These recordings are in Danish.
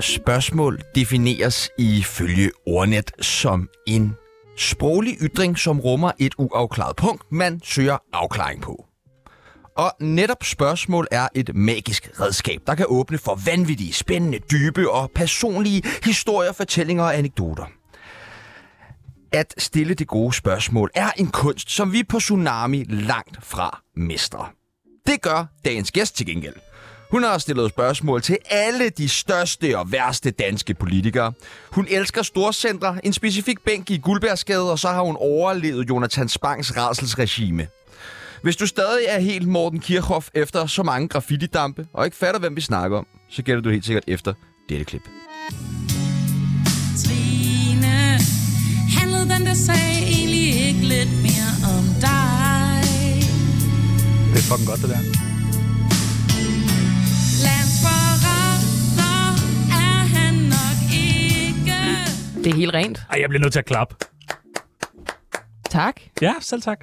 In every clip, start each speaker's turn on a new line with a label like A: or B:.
A: spørgsmål defineres ifølge ordnet som en sproglig ytring, som rummer et uafklaret punkt, man søger afklaring på. Og netop spørgsmål er et magisk redskab, der kan åbne for vanvittige, spændende, dybe og personlige historier, fortællinger og anekdoter. At stille det gode spørgsmål er en kunst, som vi på Tsunami langt fra mestrer. Det gør dagens gæst til gengæld. Hun har stillet spørgsmål til alle de største og værste danske politikere. Hun elsker storcentre, en specifik bænk i Guldbergsgade, og så har hun overlevet Jonathan Spangs radselsregime. Hvis du stadig er helt Morten Kirchhoff efter så mange graffitidampe, og ikke fatter, hvem vi snakker om, så gætter du helt sikkert efter dette klip.
B: Trine Handlede den der sag egentlig ikke lidt mere om dig?
C: Det er fucking godt, det der.
B: Landsforræder er han nok ikke
D: Det er helt rent.
C: Ej, jeg bliver nødt til at klappe.
D: Tak.
C: Ja, selv tak.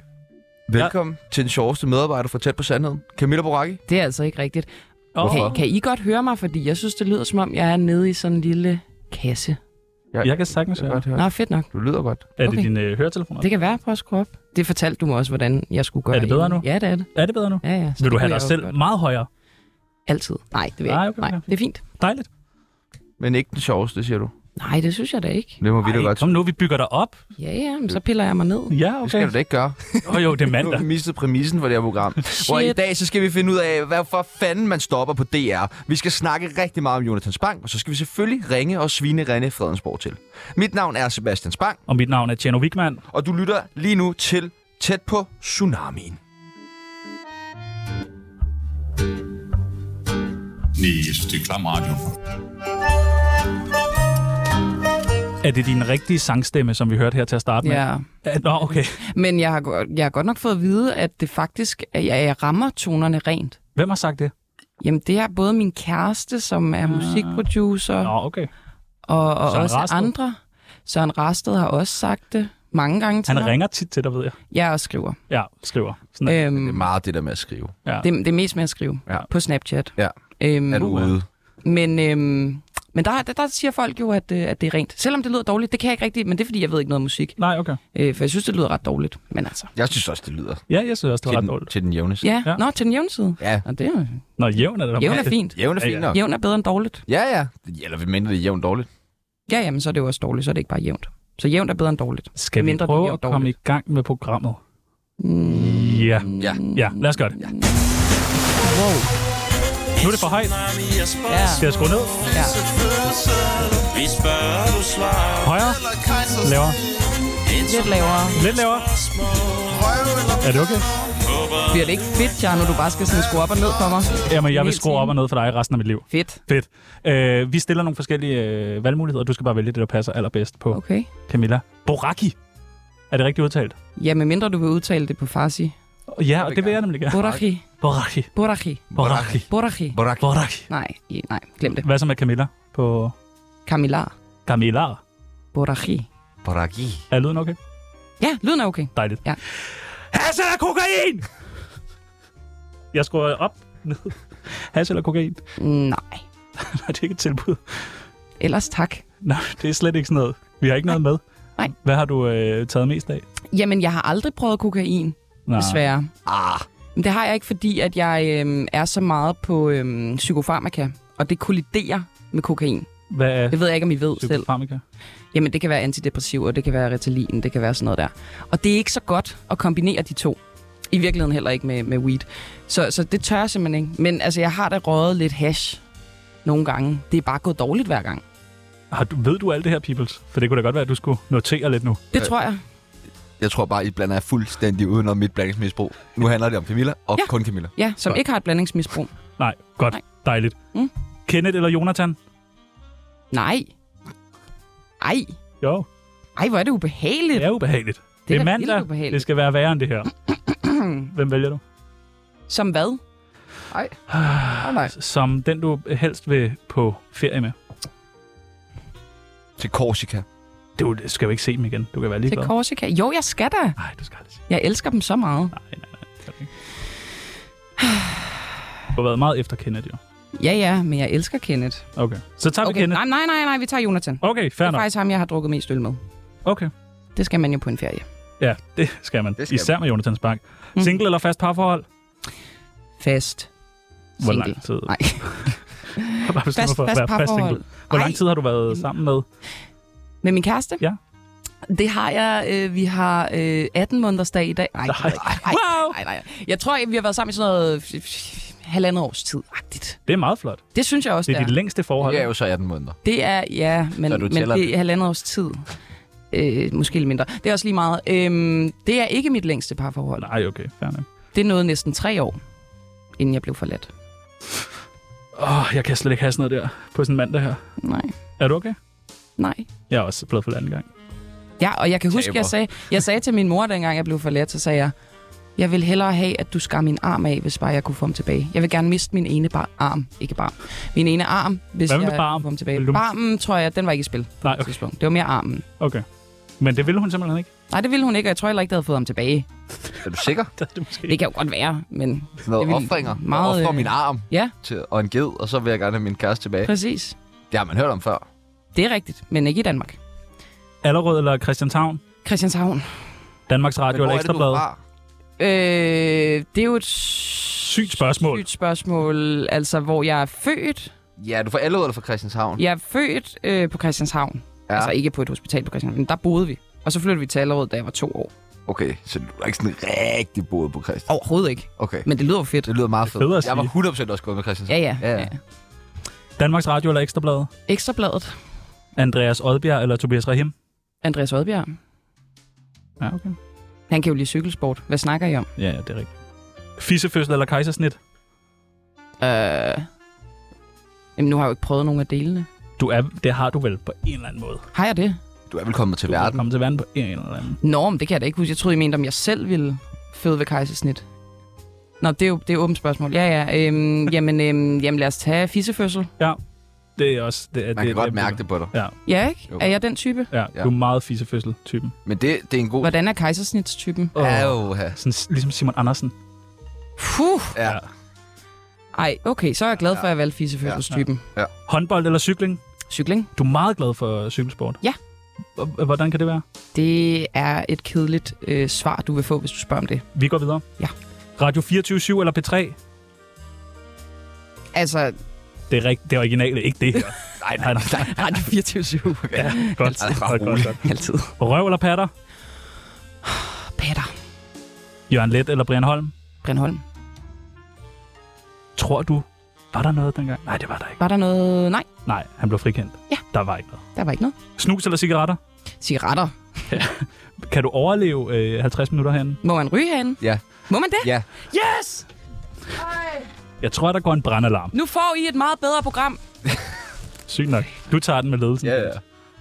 A: Velkommen ja. til den sjoveste medarbejder fra Tæt på Sandheden, Camilla Boracchi.
D: Det er altså ikke rigtigt.
C: Og
D: Okay, kan I godt høre mig? Fordi jeg synes, det lyder som om, jeg er nede i sådan en lille kasse.
C: Jeg kan sagtens høre.
A: høre.
D: Nå, fedt nok.
A: Du lyder godt.
C: Er
D: Okay.
C: det dine øh, høretelefoner?
D: Det kan være, prøv at skrue op. Det fortalte du mig også, hvordan jeg skulle gøre.
C: Er det bedre
D: inden.
C: nu?
D: Ja, det er det.
C: Er det bedre nu?
D: Ja, ja. Så
C: Vil du
D: det
C: have
D: kunne
C: dig
D: jeg jo
C: selv
D: godt.
C: meget højere?
D: Altid. Nej, det vil jeg
C: Nej,
D: ikke.
C: okay,
D: Nej,
C: okay.
D: det er fint.
C: Dejligt.
A: Men ikke den sjoveste, siger du.
D: Nej, det synes jeg da ikke.
A: Det må vi da
C: Ej,
A: godt.
C: kom nu, vi bygger dig op.
D: Ja, ja, men så piller jeg mig ned.
C: Ja,
A: Det
C: okay.
A: skal du da ikke gøre.
C: Åh jo, det er
A: Nu har
C: mandag.
A: vi mistet præmissen for det her program. Hvor i dag så skal vi finde ud af, hvorfor fanden man stopper på DR. Vi skal snakke rigtig meget om Jonathan Spang, og så skal vi selvfølgelig ringe og svine René Fredensborg til. Mit navn er Sebastian Spang,
C: Og mit navn er Tjerno Wigman.
A: og du lytter lige nu til Tæt på Tsunamien.
E: Nej, jeg synes, det er klam radio.
C: Er det din rigtige sangstemme, som vi hørte her til at starte med?
D: Ja.
C: Ja, Nå, okay.
D: Men jeg har, go- jeg har godt nok fået at vide, at det faktisk, at jeg, jeg rammer tonerne rent.
C: Hvem har sagt det?
D: Jamen, det er både min kæreste, som er musikproducer,
C: Ah. Nå, okay.
D: og, og
C: Søren
D: også
C: Rasted.
D: andre. Søren Rasted har også sagt det mange gange til
C: Han
D: mig.
C: ringer tit til dig, ved jeg.
D: Jeg også skriver.
C: Ja, skriver. Sådan, øh,
A: Det er
D: Øhm,
A: meget det der med at skrive.
C: ja.
D: det, det er mest med at skrive
A: Ja.
D: på Snapchat.
A: Ja.
D: Øhm,
A: Er du ude?
D: Men, øhm, men der, der, der siger folk jo, at, øh, at det er rent. Selvom det lyder dårligt, det kan jeg ikke rigtigt, men det er fordi, jeg ved ikke noget om musik.
C: Nej, okay.
D: Øh, for jeg synes, det lyder ret dårligt. Men altså,
A: Jeg synes også, det lyder
C: Ja, jeg synes også, det
A: til
C: var ret
A: den,
C: dårligt.
A: til den jævne side.
D: ja,
C: Ja.
D: ja. Nå, til den jævne side.
A: Ja.
D: Nå, det er, jo-
C: Nå, jævn er det. da
D: jævn er
C: meget.
D: fint.
A: Jævn er
C: Ja, ja.
A: fint nok.
D: Jævn er bedre end dårligt.
A: Ja, ja. Eller vi mener det er jævnt dårligt.
D: Ja, jamen, så er det jo også dårligt, så er det ikke bare jævnt. Så jævnt er bedre end dårligt.
C: Skal vi
D: Mindre det
C: prøve
D: bliver
C: at komme i
D: dårligt.
C: gang med programmet?
D: Mm,
C: Ja.
A: Ja.
C: Ja, lad os gøre det.
D: wow.
C: Nu er det for højt.
D: Ja.
C: Skal jeg skrue ned?
D: Ja.
F: Vi spørger, du svarer.
C: Højere? Lavere?
D: Lidt lavere.
C: Lidt lavere? Er det okay?
D: Bliver det ikke fedt, Jarno, du bare skal sådan skrue op og ned for mig?
C: Jamen, jeg
D: En
C: vil
D: hel
C: skrue
D: time.
C: op og ned for dig resten af mit liv.
D: Fedt.
C: Fedt. Øh, vi stiller nogle forskellige øh, valgmuligheder. Du skal bare vælge det, der passer allerbedst på
D: Okay.
C: Camilla. Boraki. Er det rigtigt udtalt?
D: Ja, medmindre du vil udtale det på farsi.
C: Ja, og det vil jeg nemlig gerne.
D: Borachi.
C: Boraki.
D: Borachi.
C: Boraki.
D: Borachi.
A: Borak.
C: Boraki.
D: Nej, i- nej, glem det.
C: Hvad så med Camilla på
D: Camilla.
C: Camilla?
D: Borachi.
A: Boraki.
C: Er lyden okay?
D: Ja, lyden er okay.
C: Dejligt.
D: Ja.
C: Hash eller kokain? Jeg skruer op. ned. Hash eller kokain?
D: Nej.
C: Nej, det er ikke et tilbud.
D: Ellers tak.
C: Nej, det er slet ikke sådan noget. Vi har ikke noget med.
D: Nej.
C: Hvad har du øh, taget mest af?
D: Jamen, jeg har aldrig prøvet kokain,
C: Nej.
D: desværre.
A: Ah,
D: Men det har jeg ikke, fordi at jeg øhm, er så meget på øhm, psykofarmaka, og det kolliderer med kokain.
C: Hvad er
D: Det ved jeg ikke, om I ved selv.
C: psykofarmaka?
D: Jamen, det kan være antidepressiv, og det kan være Ritalin, det kan være sådan noget der. Og det er ikke så godt at kombinere de to. I virkeligheden heller ikke med, med weed. Så, så det tør jeg simpelthen ikke. Men altså, jeg har da røget lidt hash nogle gange. Det er bare gået dårligt hver gang.
C: Har du, ved du alt det her, Peoples? For det kunne da godt være, at du skulle notere lidt nu.
D: Det tror jeg.
A: jeg tror bare, I blander jer fuldstændig udenom mit blandingsmisbrug. Nu handler det om Camilla, og
D: Ja.
A: kun Camilla.
D: Ja, som ikke har et blandingsmisbrug.
C: Nej, godt. Nej.
D: Nej.
C: Dejligt.
D: Mm.
C: Kenneth eller Jonathan?
D: Nej. Ej.
C: Jo,
D: Ej, hvor er det ubehageligt.
C: det er ubehageligt. Det,
D: da
C: er
D: vildt
C: mandag.
D: ubehageligt.
C: Det skal være værre end det her. Hvem vælger du?
D: Som hvad?
A: Ah, nej.
C: Som den, du helst vil på ferie med.
A: Til Korsika.
C: Du skal jo ikke se dem igen. Du kan være
D: Til
C: ligeglad.
D: Korsika? Jo, jeg skal da.
C: Nej, du skal aldrig se
D: Jeg elsker dem så meget.
C: Nej, nej, nej. Du har været meget efter Kenneth, jo.
D: Ja, ja, men jeg elsker Kenneth.
C: Okay. Så tager okay. vi
D: Okay,
C: Kenneth.
D: nej, nej, nej, nej, vi tager Jonathan.
C: Okay, fair
D: Det er
C: nok.
D: faktisk ham, jeg har drukket mest øl med.
C: Okay.
D: Det skal man jo på en ferie.
C: Ja, det skal man.
A: Det
C: Det
A: skal
C: skal Især med Jonathans Bank.
D: Mhm.
C: Single eller fast parforhold?
D: Fast.
C: Hvor
D: Single.
C: lang tid?
D: Nej.
C: Har du bestemt
D: Fast,
C: dig for at
D: fast
C: være
D: parforhold.
C: single? Hvor lang
D: Ej. Mm.
C: tid har du været sammen med?
D: Med min kæreste?
C: Ja.
D: Det har jeg. Øh, vi har øh, 18 måneders dag i dag. Nej, nej. Nej,
C: Wow!
D: nej, nej. Jeg tror, vi har været sammen i sådan noget f- f- halvandet års tid. -agtigt.
C: Det er meget flot.
D: Det synes jeg også,
C: Det er
D: det
C: ja.
D: er.
C: dit længste forhold.
A: Det er jo så 18 måneder.
D: Det er, ja, men,
A: Så du
D: men
A: tæller
D: det er halvandet års tid. Øh, måske lidt mindre. Det er også lige meget. Øhm, det er ikke mit længste parforhold.
C: Nej, okay. Fair nok.
D: Det nåede næsten tre år, inden jeg blev forladt.
C: Åh, jeg kan slet ikke have sådan noget der på sådan en mandag her.
D: Nej,
C: Er du okay?
D: nej.
C: Jeg er også blevet for anden gang.
D: Ja, og jeg kan huske,
A: Taber.
D: jeg sagde, jeg sagde til min mor, dengang jeg blev forladt, så sagde jeg, jeg vil hellere have, at du skar min arm af, hvis bare jeg kunne få ham tilbage. Jeg vil gerne miste min ene bar- arm, ikke bare. Min ene arm, hvis
C: Hvad
D: jeg
C: med
D: kunne
C: barm?
D: få ham tilbage.
C: Vil du-
D: Barmen, tror jeg, den var ikke i spil på
C: Nej,
D: det
C: okay.
D: tidspunkt. Det var mere armen.
C: okay. Men det ville hun simpelthen ikke.
D: Nej, det ville hun ikke, og jeg tror heller ikke, det havde fået ham tilbage.
A: Er du sikker?
C: Det er det måske.
D: Det kan jo godt være, men
A: Sådan noget
D: Det ville
A: offringer.
D: meget,
A: Meget, jeg offrer
D: øh,
A: min arm
D: ja.
A: til, og en ged, og så vil jeg gerne have min kæreste tilbage.
D: præcis.
A: Det har man hørt om før.
D: Det er rigtigt, men ikke i Danmark.
C: Allerød eller Christianshavn?
D: Christianshavn.
C: Danmarks Radio
A: hvor
C: eller
A: er det, du er
C: Ekstrabladet?
A: fra?
D: Øh, det er jo et
C: Sygt
D: sygt
C: spørgsmål.
D: Sygt spørgsmål, altså hvor jeg er født.
A: Ja, du er fra Allerød eller fra Christianshavn?
D: Jeg er født øh, på Christianshavn. Ja. Altså ikke på et hospital på Christianshavn, men der boede vi. Og så flyttede vi til Allerød, da jeg var to år.
A: Okay, så du er ikke sådan rigtig boet på Christian.
D: Overhovedet ikke.
A: Okay,
D: Men det lyder jo fedt.
A: det lyder meget fedt.
C: federe at
A: Jeg var
C: sige.
A: 100% også gået med Christian.
D: Ja, ja.
A: Ja,
D: ja.
A: ja.
D: ja.
C: Danmarks Radio eller Ekstrabladet?
D: Ekstrabladet.
C: Andreas Odbjerg eller Tobias Rahim?
D: Andreas Odbjerg.
C: Ja, okay.
D: Han kan jo lide cykelsport. Hvad snakker I om?
C: Ja, ja, det er rigtigt. Fissefødsel eller kejsersnit?
D: Øh... Jamen, nu har jeg jo ikke prøvet nogen af delene.
C: Du er, det har du vel på en eller anden måde.
D: Har jeg det?
A: Du er velkommen til
C: Du er
A: verden.
C: kommet til verden på en eller anden.
D: Nå, men det kan jeg da ikke huske. Jeg troede, I mente, om jeg selv ville føde ved kejsersnit. Nå, det er jo det er åbent spørgsmål. Ja, ja. Øhm, jamen, øhm, jamen, lad os tage fissefødsel.
C: Det er også... Det, er-
A: Man
C: det,
A: kan godt
C: det,
A: mærke det på dig.
D: Ja, ikke?
A: Jo.
D: Jo. Er jeg den type?
C: Ja,
A: Ja.
C: du er meget fissefødsel-typen.
A: Men det, det er en god...
D: Hvordan er kejsersnitstypen?
C: Åh.
A: Ja, uha.
C: Sådan, s- ligesom Simon Andersen.
D: Puh!
A: Ja.
C: Ja.
D: Ej, okay, så er jeg glad for, at jeg valgte fissefødselstypen.
C: Håndbold eller cykling?
D: Cykling,
C: Du er meget glad for cykelsport.
D: Ja.
C: H- Hvordan kan det være?
D: det er et kedeligt øh, svar, du vil få, hvis du spørger om det.
C: Vi går videre.
D: Ja.
C: Radio 24 eller P3?
D: Altså,
C: Det er rigt- det originale, ikke det her. nej, nej, nej.
D: Radio 24-7,
C: Ja, godt.
D: Altid.
C: godt, godt, godt.
D: altid.
C: Røv eller patter?
D: Patter,
C: Jørgen Let eller Brian Holm?
D: Brindholm.
C: Tror du, var der noget dengang? Nej, det var der ikke.
D: Var der noget? Nej,
C: Nej, han blev frikendt.
D: Ja.
C: Der var ikke noget.
D: der var ikke noget.
C: Snus eller cigaretter?
D: Cigaretter.
C: Kan du overleve øh, 50 minutter herinde?
D: Må man ryge herinde?
A: Ja.
D: Må man det?
A: Ja.
D: Yes!
C: Jeg tror, der går en brandalarm.
D: Nu får I et meget bedre program.
C: Sygt nok. Du tager den med ledelsen.
A: Ja, ja.
D: Jeg,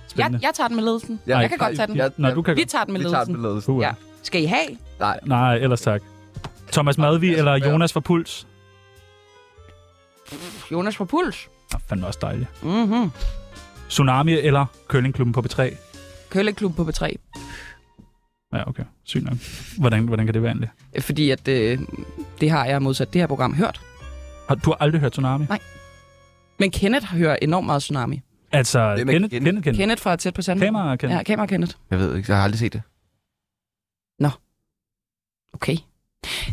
C: Spændende.
D: jeg tager den med ledelsen.
A: Ja,
D: jeg kan godt tage den.
A: Ja,
C: Nå,
A: ja.
C: du kan
D: Vi tager den med
A: Vi tager den
D: ledelsen.
A: med ledelsen.
C: Puh,
D: Ja. Skal I have?
A: Nej,
C: Nej, ellers tak. Thomas Madvi
A: Ja, så
C: eller
A: hvad?
C: Jonas fra Puls?
D: Jonas fra Puls.
C: Oh, fandme også dejligt.
D: Mm-hmm.
C: Tsunami eller Køllingklubben på B3?
D: Kølleklub på B3.
C: Ja, okay. Sygt nok. Hvordan, hvordan kan det være egentlig?
D: Fordi at, øh, det har jeg modsat det her program hørt.
C: Har, du har aldrig hørt Tsunami?
D: Men Kenneth hører enormt meget Tsunami.
C: Altså,
A: Hvem er
C: Kenneth,
A: Kenneth?
C: Kenneth, Kenneth.
D: Kenneth fra Tæt på Sanden.
C: Kamera Kenneth.
D: Ja, kamera Kenneth.
A: jeg ved ikke. Jeg har aldrig set det.
D: Okay.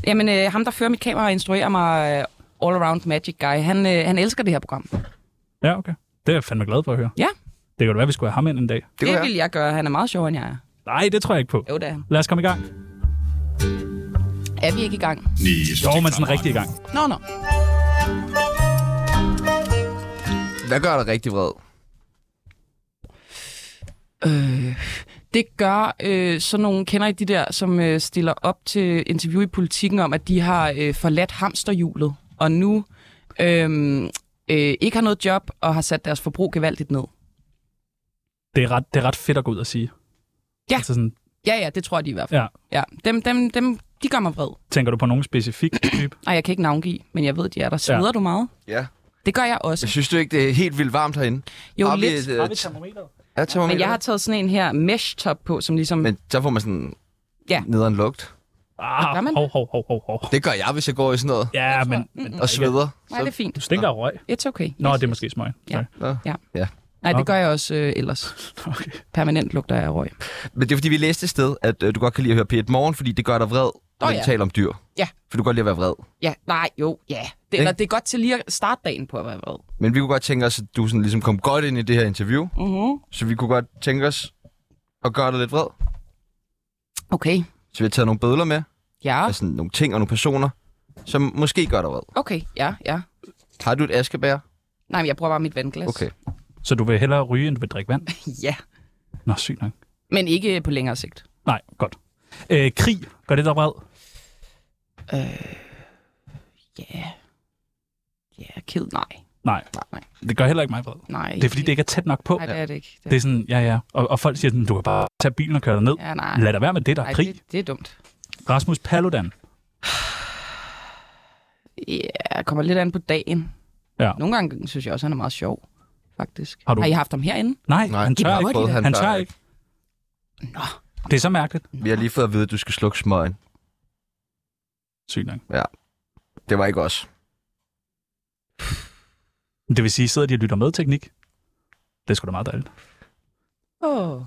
D: Jamen, øh, ham der fører mit kamera og instruerer mig, øh, All Around Magic Guy, han, øh, han elsker det her program. Det,
C: Ja, okay. Det er jeg fandme glad for at høre.
D: Ja.
C: Det kan da være, at vi skulle have ham ind en dag.
A: Det kunne
D: vil jeg gøre. Han er meget sjovere, end jeg er.
C: Nej, det tror jeg ikke på.
D: Jo, det er han.
C: Lad os komme i gang.
D: Er vi ikke i gang?
E: Næste
C: Jo, men
E: Klam
C: sådan rigtig i gang.
D: Nå, nå.
A: jeg. Hvad gør dig rigtig vred?
D: Øh, det gør øh, sådan nogle, kender I de der, som øh, stiller op til interview i politikken om, at de har øh, forladt hamsterhjulet, og nu øh, øh, ikke har noget job, og har sat deres forbrug gevaldigt ned.
C: Det er, ret, det er ret fedt at gå ud og sige.
D: Ja.
C: Altså sådan,
D: Ja, ja, det tror jeg de i hvert fald.
C: ja.
D: Ja, dem, dem, dem, de gør mig vred.
C: Tænker du på nogen specifik type?
D: Nej, jeg kan ikke navngive, men jeg ved, de er der. Sveder ja. du meget?
A: Ja.
D: Det gør jeg også.
A: Jeg synes du ikke, det er helt vildt varmt herinde.
D: Jo,
A: Har vi et,
D: lidt.
A: øh, ja, termometer?
D: Men jeg har taget sådan en her mesh-top på, som ligesom...
A: Men så får man sådan
D: Ja.
A: nederen lugt.
C: Ah,
D: Gør man
C: hov, hov, hov, hov, hov.
A: Det gør jeg, hvis jeg går i sådan noget
C: Ja, men,
D: mm.
C: men
A: og sveder.
D: Nej, det er fint.
C: du stinker af røg.
D: It's okay.
C: Nå,
D: Yes,
C: det er
D: yes.
C: måske smøg.
D: Ja.
C: Sorry.
D: Nej,
C: Nå.
D: det gør jeg også øh, ellers.
C: Okay.
D: Permanent lugter jeg af røg.
A: Men det er, fordi vi læste et sted, at øh, du godt kan lide at høre P1 Morgen, fordi det gør dig vred, når vi
D: ja.
A: taler om dyr.
D: Ja.
A: For du kan godt lide at være vred.
D: Ja, nej, jo, ja. Det, eller det er godt til lige at starte dagen på at være vred.
A: Men vi kunne godt tænke os, at du sådan ligesom kom godt ind i det her interview,
D: Mm-hmm.
A: så vi kunne godt tænke os at gøre dig lidt vred.
D: Okay,
A: Så vi har taget nogle bødler med,
D: ja,
A: altså nogle ting og nogle personer, som måske gør dig vred.
D: okay, ja, ja.
A: Har du et askebær?
D: Nej, men jeg bruger bare mit vandglas.
A: Okay.
C: Så du vil hellere ryge, end du vil drikke vand?
D: Ja,
C: Nå, sygt nok.
D: men ikke øh, på længere sigt.
C: Nej, godt. Øh, krig, gør det dig vred?
D: Øh, Ja. Ja, ked, nej.
C: Nej,
D: Nej.
C: det gør heller ikke mig vred.
D: Nej,
C: Det er fordi, det ikke er tæt nok på.
D: Nej, det er det ikke.
C: Det er sådan, ja, ja. Og, og folk siger, sådan, du kan bare tage bilen og køre dig ned.
D: Ja, nej.
C: Lad dig være med det, der
D: nej,
C: er krig.
D: Det, det er dumt.
C: Rasmus Paludan.
D: Ja, jeg kommer lidt an på dagen.
C: Ja.
D: Nogle gange synes jeg også, han er meget sjov, faktisk.
C: Har du-
D: Har I haft ham herinde?
C: Nej,
A: Nej,
C: han tør
A: har
C: ikke.
A: fået-
C: Han, han tør ikke.
D: Nå.
C: Det er så mærkeligt.
A: Vi har lige fået at vide, at du skal slukke smøgen.
C: Sygt nok.
A: Det var ikke os.
C: Men Det vil sige, sidder de og lytter med teknik? Det er sgu da meget dejligt.
D: Oh.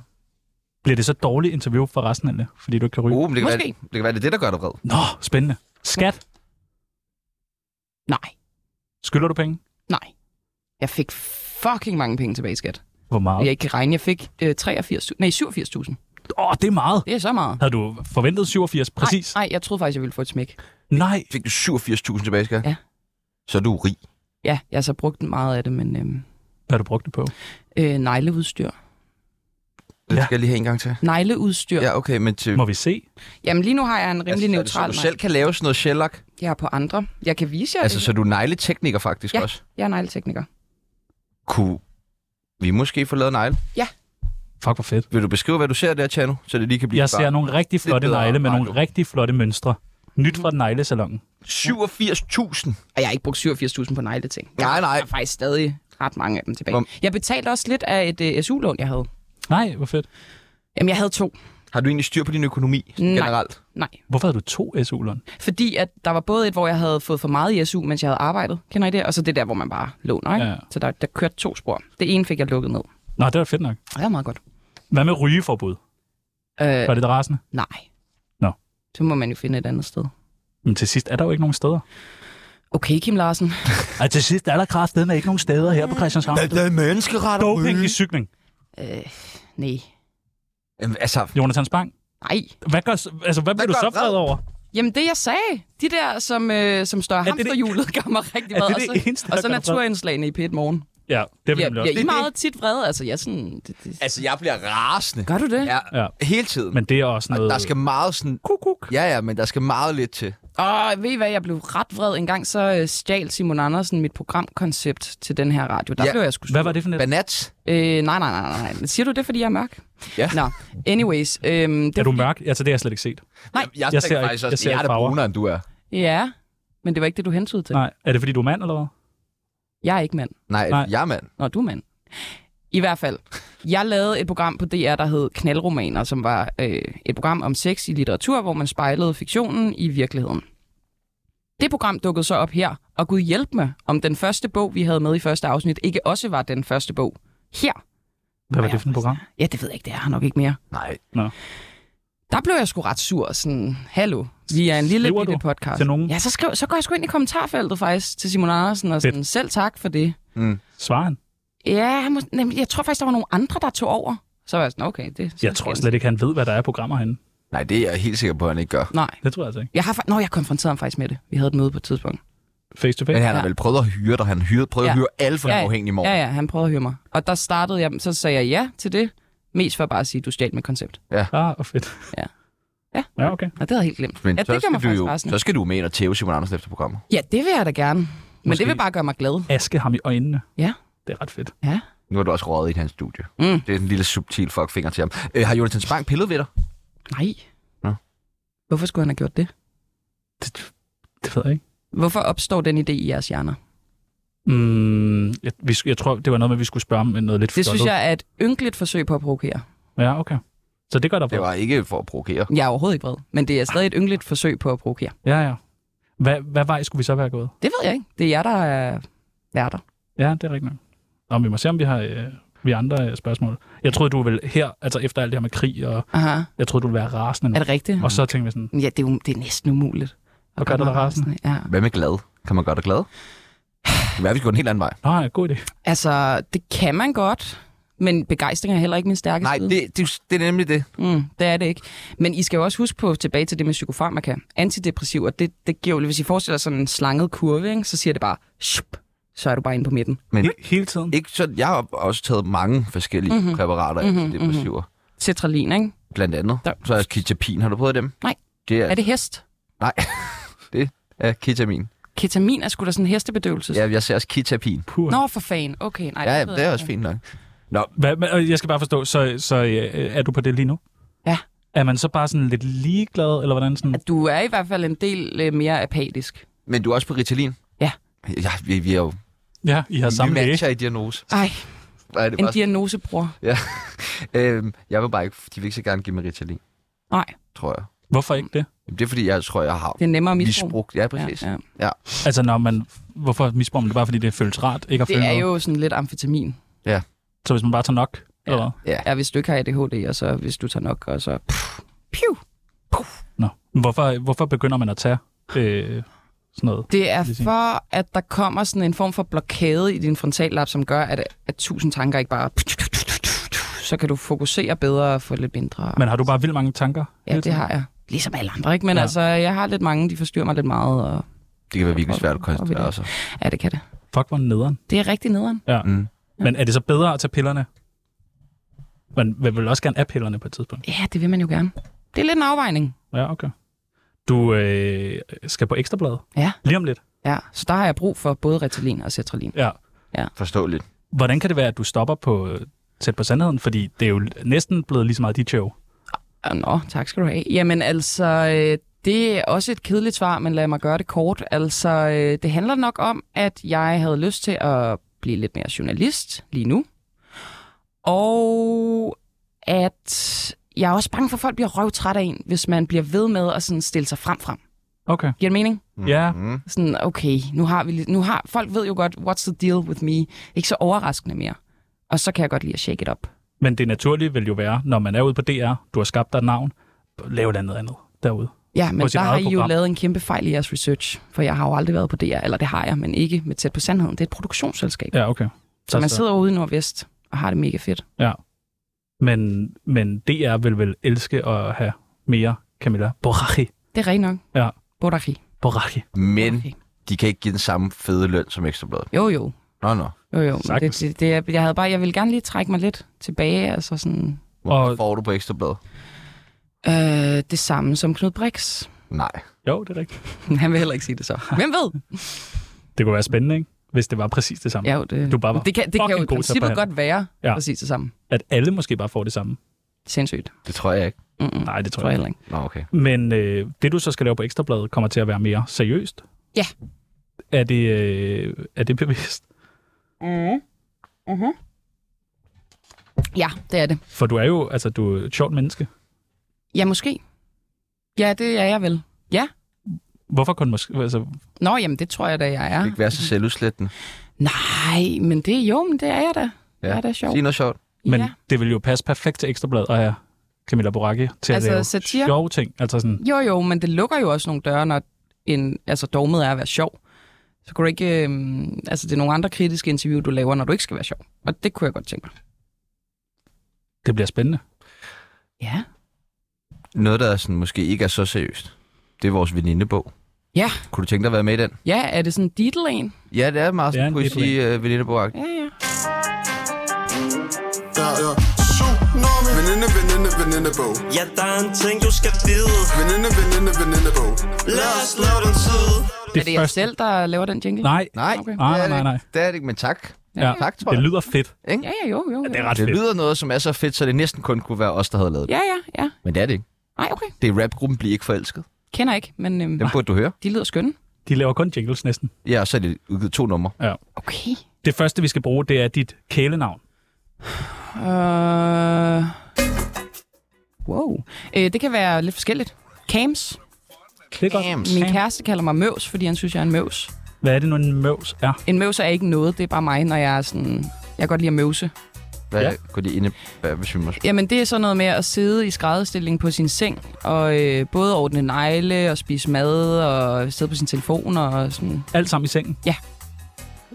C: Bliver det så dårligt interview for resten af det, fordi du ikke kan ryge?
A: Uh, men det kan, være,
D: Måske.
A: det kan være, det er det, der gør dig vred.
C: Nå, spændende. Skat,
D: Nej,
C: skylder du penge?
D: nej. Jeg fik fucking mange penge tilbage i skat.
C: Hvor meget?
D: Jeg
C: Åh,
D: ikke kan regne. Jeg fik øh, 83, nej, 87.000.
C: yeah. oh, det er meget.
D: Det er så meget.
C: Havde du forventet 87 præcis?
D: Nej, nej, jeg troede faktisk, jeg ville få et smæk.
C: Nej.
A: Fik du 87.000 tilbage, skal
D: Ja.
A: Så er du rig.
D: Ja, jeg har så brugt meget af det, men øhm,
C: Hvad har du brugt det på?
D: øh, negleudstyr.
A: Det
C: Ja.
A: skal jeg lige have en gang til.
D: Negleudstyr. Ja.
A: Ja, okay, men til...
C: Må vi se?
D: Jamen lige nu har jeg en rimelig
A: er det
D: neutral
A: så, du
D: nej.
A: selv kan lave sådan noget shellac?
D: Jeg er på andre. Jeg kan vise jer
A: Altså,
D: altså,
A: så er du negletekniker faktisk
D: Ja.
A: også?
D: Jeg er negletekniker.
A: Kunne vi måske få lavet negle?
C: Fuck, hvor fedt.
A: Vil du beskrive, hvad du ser der, Tjano? Så det lige kan blive
C: Jeg ser
A: bare-
C: nogle rigtig flotte
A: bedre
C: negle med nogle
A: radio.
C: rigtig flotte mønstre. Nyt fra neglesalongen.
A: 87.000!
D: Og jeg har ikke brugt 87.000 på negleting. Jeg
A: Nej, nej.
D: har faktisk stadig ret mange af dem tilbage.
A: Hvor-
D: Jeg betalte også lidt af et øh, SU-lån, jeg havde.
C: Nej, hvor fedt.
D: Jamen, jeg havde to.
A: Har du egentlig styr på din økonomi sådan
D: Nej.
A: generelt?
D: Nej.
C: Hvorfor havde du to SU'er?
D: Fordi at der var både et, hvor jeg havde fået for meget i SU, mens jeg havde arbejdet. Kender I det? Og så det der, hvor man bare låner, ikke?
C: Ja.
D: Så der, der kørte to spor. Det ene fik jeg lukket ned. Og
C: Nå, det var fedt nok.
D: det var meget godt.
C: Hvad med rygeforbud?
D: Øh,
C: Var det rasende?
D: nej.
C: Nå.
D: Så må man jo finde et andet sted.
C: Men til sidst er der jo ikke nogen steder.
D: Okay, Kim Larsen.
C: Og til sidst er der kraftedeme ikke nogen steder her på Christianshavn.
A: er menneskeret
C: Doping i cykling.
D: Øh, nej.
A: Altså,
C: Jonathan Spang,
D: Nej.
C: hvad, gør, altså, hvad bliver du
A: gør
C: så
A: vred?
C: vred over?
D: Jamen, det jeg sagde. De der, som, øh, som står
C: det det-
D: hamsterhjulet, gør mig rigtig
C: Er
D: meget.
C: det det
D: Og så-
C: eneste, der
D: Og så
C: gør dig vred?
D: naturindslagene i P1 Morgen.
C: Ja, det vil
D: Ja,
C: jeg også.
D: ja, I er meget tit vrede. Altså, jeg er sådan... Det, det...
A: altså, jeg bliver rasende.
D: Gør du det?
A: Ja,
C: Ja.
A: hele tiden.
C: Men det er også
A: Og
C: noget...
A: der skal meget sådan...
C: Kuk, kuk.
A: Ja, ja, men der skal meget lidt til.
D: Og ved I hvad, jeg blev ret vred en gang, så øh, stjal Simon Andersen mit programkoncept til den her radio. Der
A: Ja.
D: ja. blev jeg sgu
C: Hvad var det for net?
A: Banat?
D: Øh, nej, nej, nej, nej, nej. Siger du det, fordi jeg er mørk?
A: Ja.
D: Nå, anyways. Øhm, det,
C: Er du mørk? Altså, det har jeg slet ikke set.
A: Nej, jeg,
C: jeg
A: jeg
C: ser
A: tænker faktisk
C: ikke- jeg
A: også,
C: ser
A: at jeg er
C: ikke
A: da
C: farver.
A: brunere, end du er.
D: Ja, men det var ikke det, du hentede til.
C: Nej. Er det, fordi du er mand, eller hvad?
D: Jeg er ikke mand.
A: Nej,
C: Nej.
A: jeg er mand.
D: Nå, du er mand. I hvert fald. Jeg lavede et program på DR, der hed Knaldromaner, som var øh, et program om sex i litteratur, hvor man spejlede fiktionen i virkeligheden. Det program dukkede så op her, og Gud hjælp mig, om den første bog, vi havde med i første afsnit, ikke også var den første bog her.
C: Hvad var det for et program?
D: Ja, det ved jeg ikke, det er her nok ikke mere.
A: Nej.
D: Der blev jeg sgu ret sur, sådan, hallo, vi er en lille
C: Skriver
D: bitte
C: du
D: podcast.
C: til nogen?
D: Ja, så, skrev, så går jeg sgu ind i kommentarfeltet faktisk til Simon Andersen og sådan, selv tak for det.
C: Svarer han?
D: Ja, han må, jamen, jeg tror faktisk, der var nogle andre, der tog over. Så var jeg sådan, okay, det...
C: Jeg tror slet ikke, han ved, hvad der er af programmer herinde.
A: Nej, det er jeg helt sikker på, at han ikke gør.
D: Nej,
C: Det tror jeg altså ikke.
D: jeg har... fa- Nå, jeg konfronterede ham faktisk med det. Vi havde et møde på et tidspunkt.
C: Face to
A: Men
C: face?
A: han har
D: Ja.
A: vel prøvet at hyre dig. Han hyrede, prøvede at
D: Ja.
A: hyre alle for
D: Ja,
A: den
D: ja.
A: uafhængige morgen.
D: Ja, ja, han prøvede at høre mig. Og der startede jeg, så sagde jeg ja til det. Mest for bare at sige, du stjal med koncept.
C: Ah, hvor fedt.
D: Ja. Ja.
C: Ja, okay.
D: Og det havde jeg helt glemt.
A: Men
D: ja,
A: så,
D: det gør mig
A: skal du
D: faktisk
A: jo,
D: rasende.
A: så skal du med ind og tæve Simon Andersen efter programmet.
D: Ja, det vil jeg da gerne. Men
C: Måske-
D: det vil bare gøre mig glad.
C: Aske ham i øjnene.
D: Ja.
C: Det er ret fedt.
D: Ja.
A: Nu har du også røget i hans studie.
D: Mm.
A: Det er en lille subtil fuckfinger til ham. Øh, har Jonathan Spang pillet ved dig?
D: Nej.
A: Nå.
D: Hvorfor skulle han have gjort det?
C: Det, det ved jeg ikke.
D: Hvorfor opstår den idé i jeres hjerner?
C: Mm, jeg, vi, sk- jeg tror, det var noget med, at vi skulle spørge om noget lidt
D: Det
C: fjollet.
D: synes jeg er et ynkeligt forsøg på at provokere.
C: Ja, okay. Så det gør der
A: Det
C: på.
A: var ikke for at provokere.
D: Jeg er overhovedet ikke vred, men det er stadig et yngligt forsøg på at provokere.
C: Ja, ja. Hvad, hvad vej skulle vi så være gået?
D: Det ved jeg ikke. Det er jer, der er værter.
C: Ja, det er rigtigt nok. Nå, men vi må se, om vi har øh, vi andre øh, spørgsmål. Jeg troede, du ville her, altså efter alt det her med krig, og
D: Aha.
C: jeg troede, du ville være rasende. Nu.
D: Er det rigtigt?
C: Og så tænkte vi sådan,
D: Ja, det er, jo, det er næsten umuligt. at
C: Og gør
D: gøre
C: det dig
D: mig
C: rasende?
D: Ja.
A: Hvad med glad? Kan man gøre dig glad? Det er, vi skal gå en helt anden vej.
C: nej, ja, god idé.
D: Altså, det kan man godt, men begejstring er heller ikke min stærke
A: Nej,
D: side.
A: det, det, det er nemlig det.
D: Mm, det er det ikke. Men I skal jo også huske på, tilbage til det med psykofarmaka, antidepressiver, det, det giver jo, hvis I forestiller jer sådan en slanget kurve, ikke, så siger det bare, shup, så er du bare inde på midten.
A: Men
C: He- hele tiden.
A: ikke så, jeg har også taget mange forskellige
D: Mhm.
A: mm-hmm. præparater af mm-hmm. depressiver.
D: Cetralin, ikke?
A: Blandt andet.
D: Der-
A: Så er ketapin. Har du prøvet dem?
D: mhm. Nej.
A: Det er,
D: Er det hest?
A: Nej, det er ketamin.
D: Ketamin er sgu da sådan en hestebedøvelse.
A: Ja, jeg ser også ketapin.
C: Pur.
D: Nå, for fan. Okay, nej.
A: Ja, ja,
D: ved
A: det er
D: jeg
A: også
D: ikke.
A: fint nok.
C: Hvad, men, øh, jeg skal bare forstå, så, så øh, er du på det lige nu?
D: Ja. Altså,
C: Er man så bare sådan lidt ligeglad, eller hvordan sådan?
D: At Du er i hvert fald en del øh, mere apatisk.
A: Men du er også på Ritalin?
D: Ja.
A: Ja, vi, vi er jo
C: Ja, I har samme
A: vi
C: læge.
A: matcher i diagnose.
D: Ej,
A: Nej, det er
D: en
A: bare...
D: diagnosebror.
A: øhm, jeg vil bare ikke... De vil ikke så gerne give mig Ritalin,
D: Nej,
A: tror jeg.
C: Hvorfor ikke det?
A: Jamen, det er fordi, jeg tror, jeg har
D: det er nemmere at misbruge.
A: misbrugt. Ja, præcis. Ja,
D: Ja,
A: ja.
D: ja.
C: Altså, når man, hvorfor misbruger man det? Bare fordi det føles rart, ikke at føle
D: Det er
C: noget?
D: jo sådan lidt amfetamin.
C: Så hvis man bare tager nok, ja. eller hvad?
D: Ja, hvis du ikke har ADHD, og så hvis du tager nok, og så... Pff, piu.
C: Nå. Men Hvorfor, hvorfor begynder man at tage øh, sådan noget?
D: Det er
C: Lige se.
D: for, at der kommer sådan en form for blokade i din frontallap, som gør, at, at tusind tanker ikke bare... Så kan du fokusere bedre og få lidt mindre.
C: Men har du bare vildt mange tanker?
D: Ja,
C: hele
D: det
C: tiden?
D: har jeg. Ligesom alle andre, ikke? Men
C: Ja.
D: ja. altså, jeg har lidt mange, de forstyrrer mig lidt meget, og
A: Det kan være virkelig svært at altså.
D: Hvor er vi
A: koncentrere
D: det?
A: sig.
D: ja, det kan det.
C: Fuck, hvor nederen.
D: Det er rigtig nederen.
A: Mm.
C: Men er det så bedre at tage pillerne? Man vil vel også gerne af pillerne på et tidspunkt.
D: Ja, det vil man jo gerne. Det er lidt en afvejning.
C: Ja, okay. Du øh, skal på ekstrabladet.
D: Ja.
C: Lige om lidt.
D: Ja, så der har jeg brug for både Ritalin og Cetralin.
C: Ja.
A: Forståeligt.
C: Hvordan kan det være, at du stopper på øh, tæt på sandheden? Fordi det er jo næsten blevet lige så meget dit show.
D: Ah, Nå, tak skal du have. Jamen altså, øh, det er også et kedeligt svar, men lad mig gøre det kort. Altså, øh, det handler nok om, at jeg havde lyst til at blive lidt mere journalist lige nu. Og at jeg er også bange for, at folk bliver røvtræt af en, hvis man bliver ved med at sådan stille sig frem frem.
C: Okay.
D: Giver det mening?
C: Ja.
A: Mm.
D: sådan, okay, nu har vi lidt- nu har, folk ved jo godt, what's the deal with me? Ikke så overraskende mere. Og så kan jeg godt lide at shake it up.
C: Men det naturlige vil jo være, når man er ude på DR, du har skabt dig et navn, lav et andet andet derude.
D: Ja, men
C: På sit
D: der har
C: eget
D: I jo
C: program.
D: lavet en kæmpe fejl i jeres research, for jeg har jo aldrig været på DR, eller det har jeg, men ikke med tæt på sandheden. Det er et produktionsselskab.
C: Ja, altså- okay.
D: så man sidder ude i Nordvest og har det mega fedt.
C: Men, men DR vil vel elske at have mere Camilla Boracchi.
D: Det er rigtigt nok.
C: Ja.
D: Bodaki.
C: Boracchi.
A: Men
D: Okay.
A: de kan ikke give den samme fede løn som Ekstrabladet.
D: Jo, jo.
A: Nå, nå.
D: Jo, jo. Men
C: Sagtens.
D: Det, det, det, er- jeg, havde bare, jeg ville gerne lige trække mig lidt tilbage, altså sådan...
A: Hvor
C: Og-
A: og... får du på Ekstrabladet?
D: Øh, det samme som Knud Brix.
A: Nej.
C: Jo, det er rigtigt.
D: Han vil heller ikke sige det så. Hvem ved?
C: Det kunne være spændende, ikke? Hvis det var præcis det samme.
D: Ja, jo, det,
C: Du bare var
D: det kan, det kan jo
C: fucking
D: i
C: god til at
D: princippet
C: forhandle.
D: godt være
C: Ja.
D: ja. præcis det samme.
C: At alle måske bare får det samme.
D: Sindssygt.
A: Det tror jeg ikke.
D: Mm-mm.
C: Nej, det tror,
D: tror jeg
C: jeg
D: heller ikke.
A: Nå, okay.
C: ikke. Men øh, det, du så skal lave på Ekstrabladet, kommer til at være mere seriøst.
D: Ja.
C: Er det, øh, er det bevidst?
D: Ja, det er det.
C: For du er jo altså, du er et sjovt menneske.
D: Ja, måske. Ja, det er jeg vel.
C: Hvorfor kun måske? Altså,
D: Nå, jamen det tror jeg da, jeg er.
A: Ikke være så selvudslættende.
D: Nej, men det jo, men det er jeg da. Ja. Jeg er da sjov.
A: Sig noget sjovt.
C: men
D: Ja.
C: det vil jo passe perfekt til Ekstrabladet at have Camilla Boracchi til
D: Altså,
C: at lave
D: satire?
C: sjove ting. Altså sådan,
D: Jo, jo, men det lukker jo også nogle døre, når en, altså, dogmet er at være sjov. Så kunne du ikke... Øhm, altså, det er nogle andre kritiske interview, du laver, når du ikke skal være sjov. Og det kunne jeg godt tænke mig.
C: det bliver spændende.
D: Ja.
A: Noget, der sådan, måske ikke er så seriøst. Det er vores venindebog.
D: Ja.
A: Kunne du tænke dig at være med i den?
D: Ja, er det sådan en diddle en?
A: Ja, det er meget
C: Det er
A: sådan
C: en
A: poesi øh, venindebog.
D: Ja, ja.
G: Ja, ja. Tsunami. Veninde, veninde, venindebog.
F: Ja, der er en ting, du skal vide.
G: Veninde, veninde, venindebog.
F: Lad os lave den tid.
D: er det jer selv, der laver den jingle?
C: Nej,
A: Nej,
D: Okay.
A: det
C: Nej,
A: er
C: nej,
A: det
C: nej,
A: ikke.
C: nej.
A: Det er det ikke, men tak.
C: ja.
A: Tak, tror
C: det
A: jeg.
C: lyder fedt.
D: Ja, ja, jo, jo. jo.
C: Det er ret
A: Det
C: fedt.
A: lyder noget, som er så fedt, så det næsten kun kunne være os, der havde lavet det.
D: Ja, ja, ja.
A: Men det er det ikke.
D: Nej, okay.
A: Det er rapgruppen Bliv ikke forelsket.
D: Kender ikke, men øhm,
A: Den burde du høre.
D: de lyder skønne.
C: De laver kun jingles næsten.
A: Ja, og så er det udgivet to numre.
D: Okay.
C: Det første, vi skal bruge, det er dit kælenavn.
D: Øh... Wow. Øh, det kan være lidt forskelligt. Cams.
C: Det er godt.
A: Damn.
D: Min kæreste kalder mig møvs, fordi han synes, jeg er en møvs.
C: Hvad er det nu, en møvs er?
D: En møvs er ikke noget, det er bare mig, når jeg er sådan... Jeg kan godt lide at møvse.
A: Hvad
C: Ja.
A: går det inde hvad, hvis vi må spørge?
D: Jamen, det er sådan noget med at sidde i skrædderstilling på sin seng, og øh, både ordne negle, og spise mad, og sidde på sin telefon, og sådan.
C: Alt sammen i sengen?
D: Ja.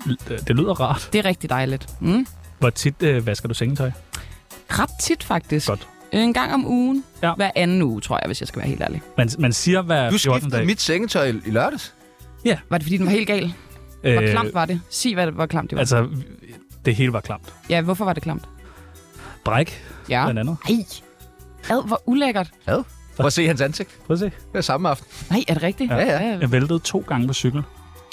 C: L- øh, Det lyder rart.
D: Det er rigtig dejligt. Mm.
C: Hvor tit øh, vasker du sengetøj?
D: Ret tit, faktisk.
C: Godt.
D: En gang om ugen.
C: Ja.
D: Hver anden uge, tror jeg, hvis jeg skal være helt ærlig.
C: Man, man siger hver
A: Du
C: 14
A: skiftede
C: dage.
A: mit sengetøj i i lørdags.
D: Var det, fordi den var helt gal? Hvor øh, klamt var det? Sig, hvad, hvor klamt det var. Altså,
C: Altså, det hele var klamt.
D: ja, hvorfor var det klamt?
C: Bræk,
D: Ja.
C: ja. blandt andet.
D: Ej, ad, hvor ulækkert.
A: Hvad? Prøv at se hans ansigt.
C: Prøv at se.
A: Det er samme aften.
D: Nej, er det rigtigt?
C: Ja.
D: ja.
C: Jeg væltede to gange på cykel,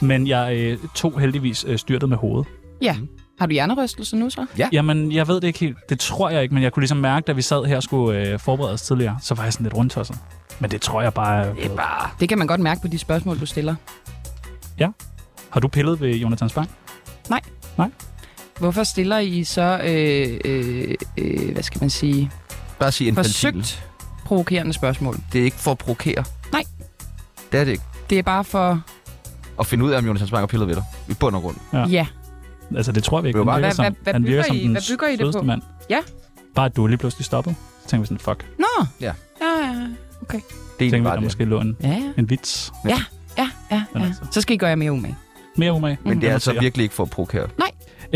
C: men jeg øh, tog heldigvis øh, styrtet med hovedet.
D: ja. Har du hjernerystelse nu så?
C: Jamen, jeg ved det ikke helt. Det tror jeg ikke, men jeg kunne ligesom mærke, da vi sad her og skulle øh, forberede os tidligere, så var jeg sådan lidt rundtosset. Men det tror jeg bare... er blevet-
D: Det kan man godt mærke på de spørgsmål, du stiller.
C: Har du pillet ved Jonathan Spang?
D: Hvorfor stiller I så, øh, øh, øh, hvad skal man sige,
A: Bare sige infantil.
D: forsøgt provokerende spørgsmål?
A: Det er ikke for at provokere.
D: Nej.
A: Det er det ikke.
D: Det er bare for,
A: Og finde ud af, om Jonas Hans Bang har pillet ved dig. I bund og grund.
C: Ja.
D: ja, ja
C: Altså, det tror vi ikke.
A: Det var
C: Han
A: bare-
C: virker
D: Hvad-
C: som,
D: hvad- hvad
C: han virker
D: bygger
C: som
D: I-
C: den
D: hvad bygger I det
C: sødeste
D: på?
C: mand.
D: Ja.
C: Bare at du lige pludselig stoppede. Så tænkte vi sådan, fuck. Så
D: ja, ja,
A: Det er
C: tænkte
A: egentlig
C: vi,
A: bare
C: der
A: det.
C: måske lå en,
D: ja,
C: en vits.
D: ja, ja,
C: Men
D: ja.
C: altså.
D: Så skal I gøre jer mere umage.
C: Mere umage.
A: Men det er
C: Jeg
A: altså
C: noterer.
A: virkelig ikke for at provokere.
D: Det må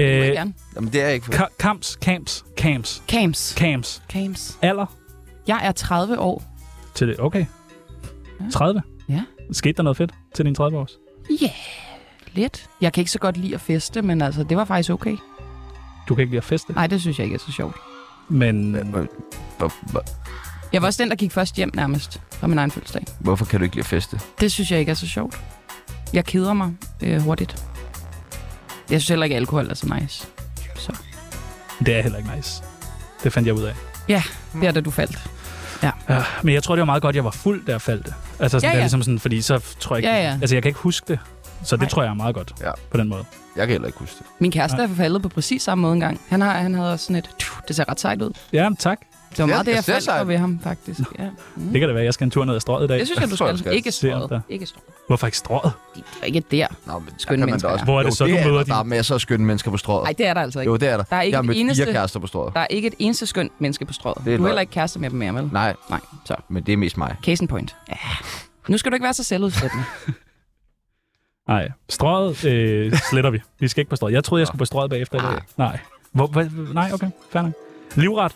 D: I
C: Øh,
D: gerne.
A: Jamen, det er ikke for...
C: ka- kamps, camps, camps,
D: Cams.
C: camps.
D: Cams.
C: Alder
D: Jeg er 30 år.
C: til det. Okay. 30?
D: Ja.
C: Skete der noget fedt til din 30-års?
D: Lidt. Jeg kan ikke så godt lide at feste, men altså, det var faktisk okay.
C: Du kan ikke lide at feste,
D: Nej, det synes jeg ikke er så sjovt.
C: men
A: Hva- hva- hvor- hvor-
D: Jeg var også den, der gik først hjem nærmest fra min egen fødselsdag.
A: Hvorfor kan du ikke lide at feste?
D: Det synes jeg ikke er så sjovt. Jeg keder mig øh, hurtigt. Jeg synes heller ikke, at alkohol er så nice.
C: det er heller ikke nice. Det fandt jeg ud af. Mm.
D: Det er da, du faldt.
C: Ja, men jeg tror, det var meget godt, jeg var fuld, der faldt det. Altså, sådan,
D: Ja,
C: ja, ja.
D: ja.
C: ligesom sådan, fordi så tror jeg ikke...
D: Ja, ja.
C: Altså, jeg kan ikke huske det. Så det
D: Nej.
C: Nej. tror jeg er meget godt
A: Ja.
C: ja. på den måde.
A: Jeg kan heller ikke huske det.
D: Min kæreste er forfaldet på præcis samme måde engang. Han, har, han havde også sådan et, "Tju, det ser ret sejt ud.
C: Ja, men tak.
D: Det var meget det,
A: det
D: jeg
A: ser
D: faldt
A: sejt
D: for ved ham, faktisk. Ja.
C: Det kan da være, jeg skal en tur ned ad strøget i dag.
D: Jeg synes, at du
A: tror jeg,
D: skal.
A: du skal.
D: Ikke
C: Ser der.
D: strået. Ikke strået.
C: Hvorfor ikke strøget?
D: Det er Ikke der.
A: Nå, men der
D: Skønne
A: kan man da
D: mennesker, ja.
C: Hvor er det så, du møder
A: der.
C: din-
A: Der er masser af skønne mennesker på strået.
D: Nej, det er der altså ikke.
A: Jo, det er der.
D: Der er ikke
A: jeg har
D: et
A: mødt
D: eneste-
A: fire kærester på strået.
D: Der er ikke et eneste skønt menneske på strået. Du
A: er
D: er heller
A: løgn.
D: ikke kæreste med dem mere, vel?
A: Nej,
D: Nej, så.
A: men det er mest mig.
D: Case in point. Ja. Nu skal du ikke være så selvudslættende.
C: Nej, strøget øh, sletter vi. Vi skal ikke på strøget. Jeg troede, jeg skulle på strøget bagefter. i dag.
A: Nej.
C: Nej. Hvor, hva, nej, okay. Fair nok. Livret.